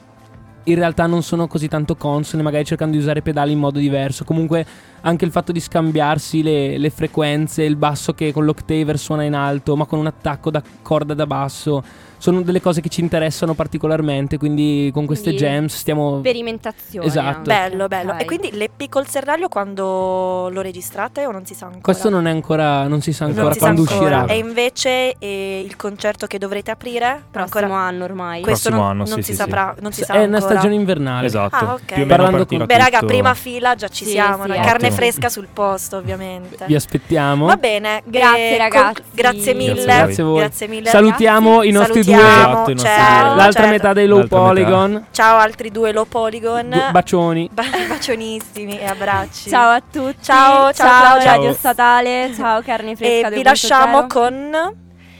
E: in realtà non sono così tanto consone, magari cercando di usare i pedali in modo diverso. Comunque anche il fatto di scambiarsi le, le frequenze, il basso che con l'octaver suona in alto, ma con un attacco da corda da basso, sono delle cose che ci interessano particolarmente, quindi con queste
C: Quindi
E: jams stiamo...
C: Sperimentazione.
E: Esatto.
D: Bello, bello.
C: Ok.
D: E quindi l'EP col serraglio quando lo registrate o non si sa ancora?
E: Questo non è ancora, non si sa
D: Non
E: ancora
D: si sa
E: quando
D: ancora.
E: uscirà.
D: E invece eh, il concerto che dovrete aprire?
C: Prossimo
D: ancora?
C: anno ormai.
D: Questo
F: Prossimo
D: non,
F: anno,
D: non
F: sì,
D: si
F: sì,
D: saprà, non si sa
E: È una
D: ancora.
E: stagione invernale.
F: Esatto,
D: Ah, ok.
F: più o meno
E: Parlando con-
F: partirà
D: Beh, raga,
F: tutto-
D: prima fila già ci
C: Sì,
D: siamo.
C: sì,
D: una
C: eh.
D: carne
F: Ottimo.
D: fresca sul posto, ovviamente.
E: Vi aspettiamo.
D: Va bene,
C: Grazie,
D: eh,
C: ragazzi.
D: grazie mille.
F: Grazie a voi.
E: Grazie a voi.
D: Grazie mille,
E: Salutiamo
D: ragazzi.
E: i nostri due-
D: Salutiamo,
F: Esatto, i nostri
D: ciao,
C: due.
E: L'altra
D: certo.
E: metà dei low
F: L'altra metà.
E: polygon.
D: Ciao altri due low polygon.
E: Du- Bacioni.
D: Ba- bacionissimi e abbracci.
C: Ciao a tutti.
D: Ciao, ciao, Claudia.
C: Radio
F: Ciao.
C: Statale. Ciao Carne Fresca.
D: e vi
C: 2.0.
D: lasciamo con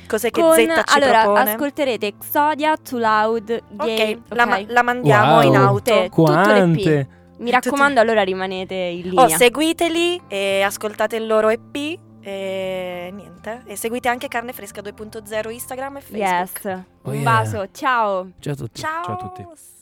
D: cos'è che
C: Con-
D: Zetta ci
C: allora,
D: propone.
C: ascolterete Xodia, Too Loud,
D: ok,
C: Gay.
D: La, ma- la mandiamo
E: Wow.
D: in
C: Tutte.
D: auto.
C: tutto
E: Quante?
C: Mi raccomando, allora rimanete in linea.
D: Oh, seguiteli e ascoltate il loro EP e niente. E seguite anche Carne Fresca 2.0 Instagram e Facebook.
C: yes.
E: Oh,
C: Un
E: yeah.
C: bacio. Ciao.
E: Ciao a tutti.
D: Ciao.
F: Ciao a tutti.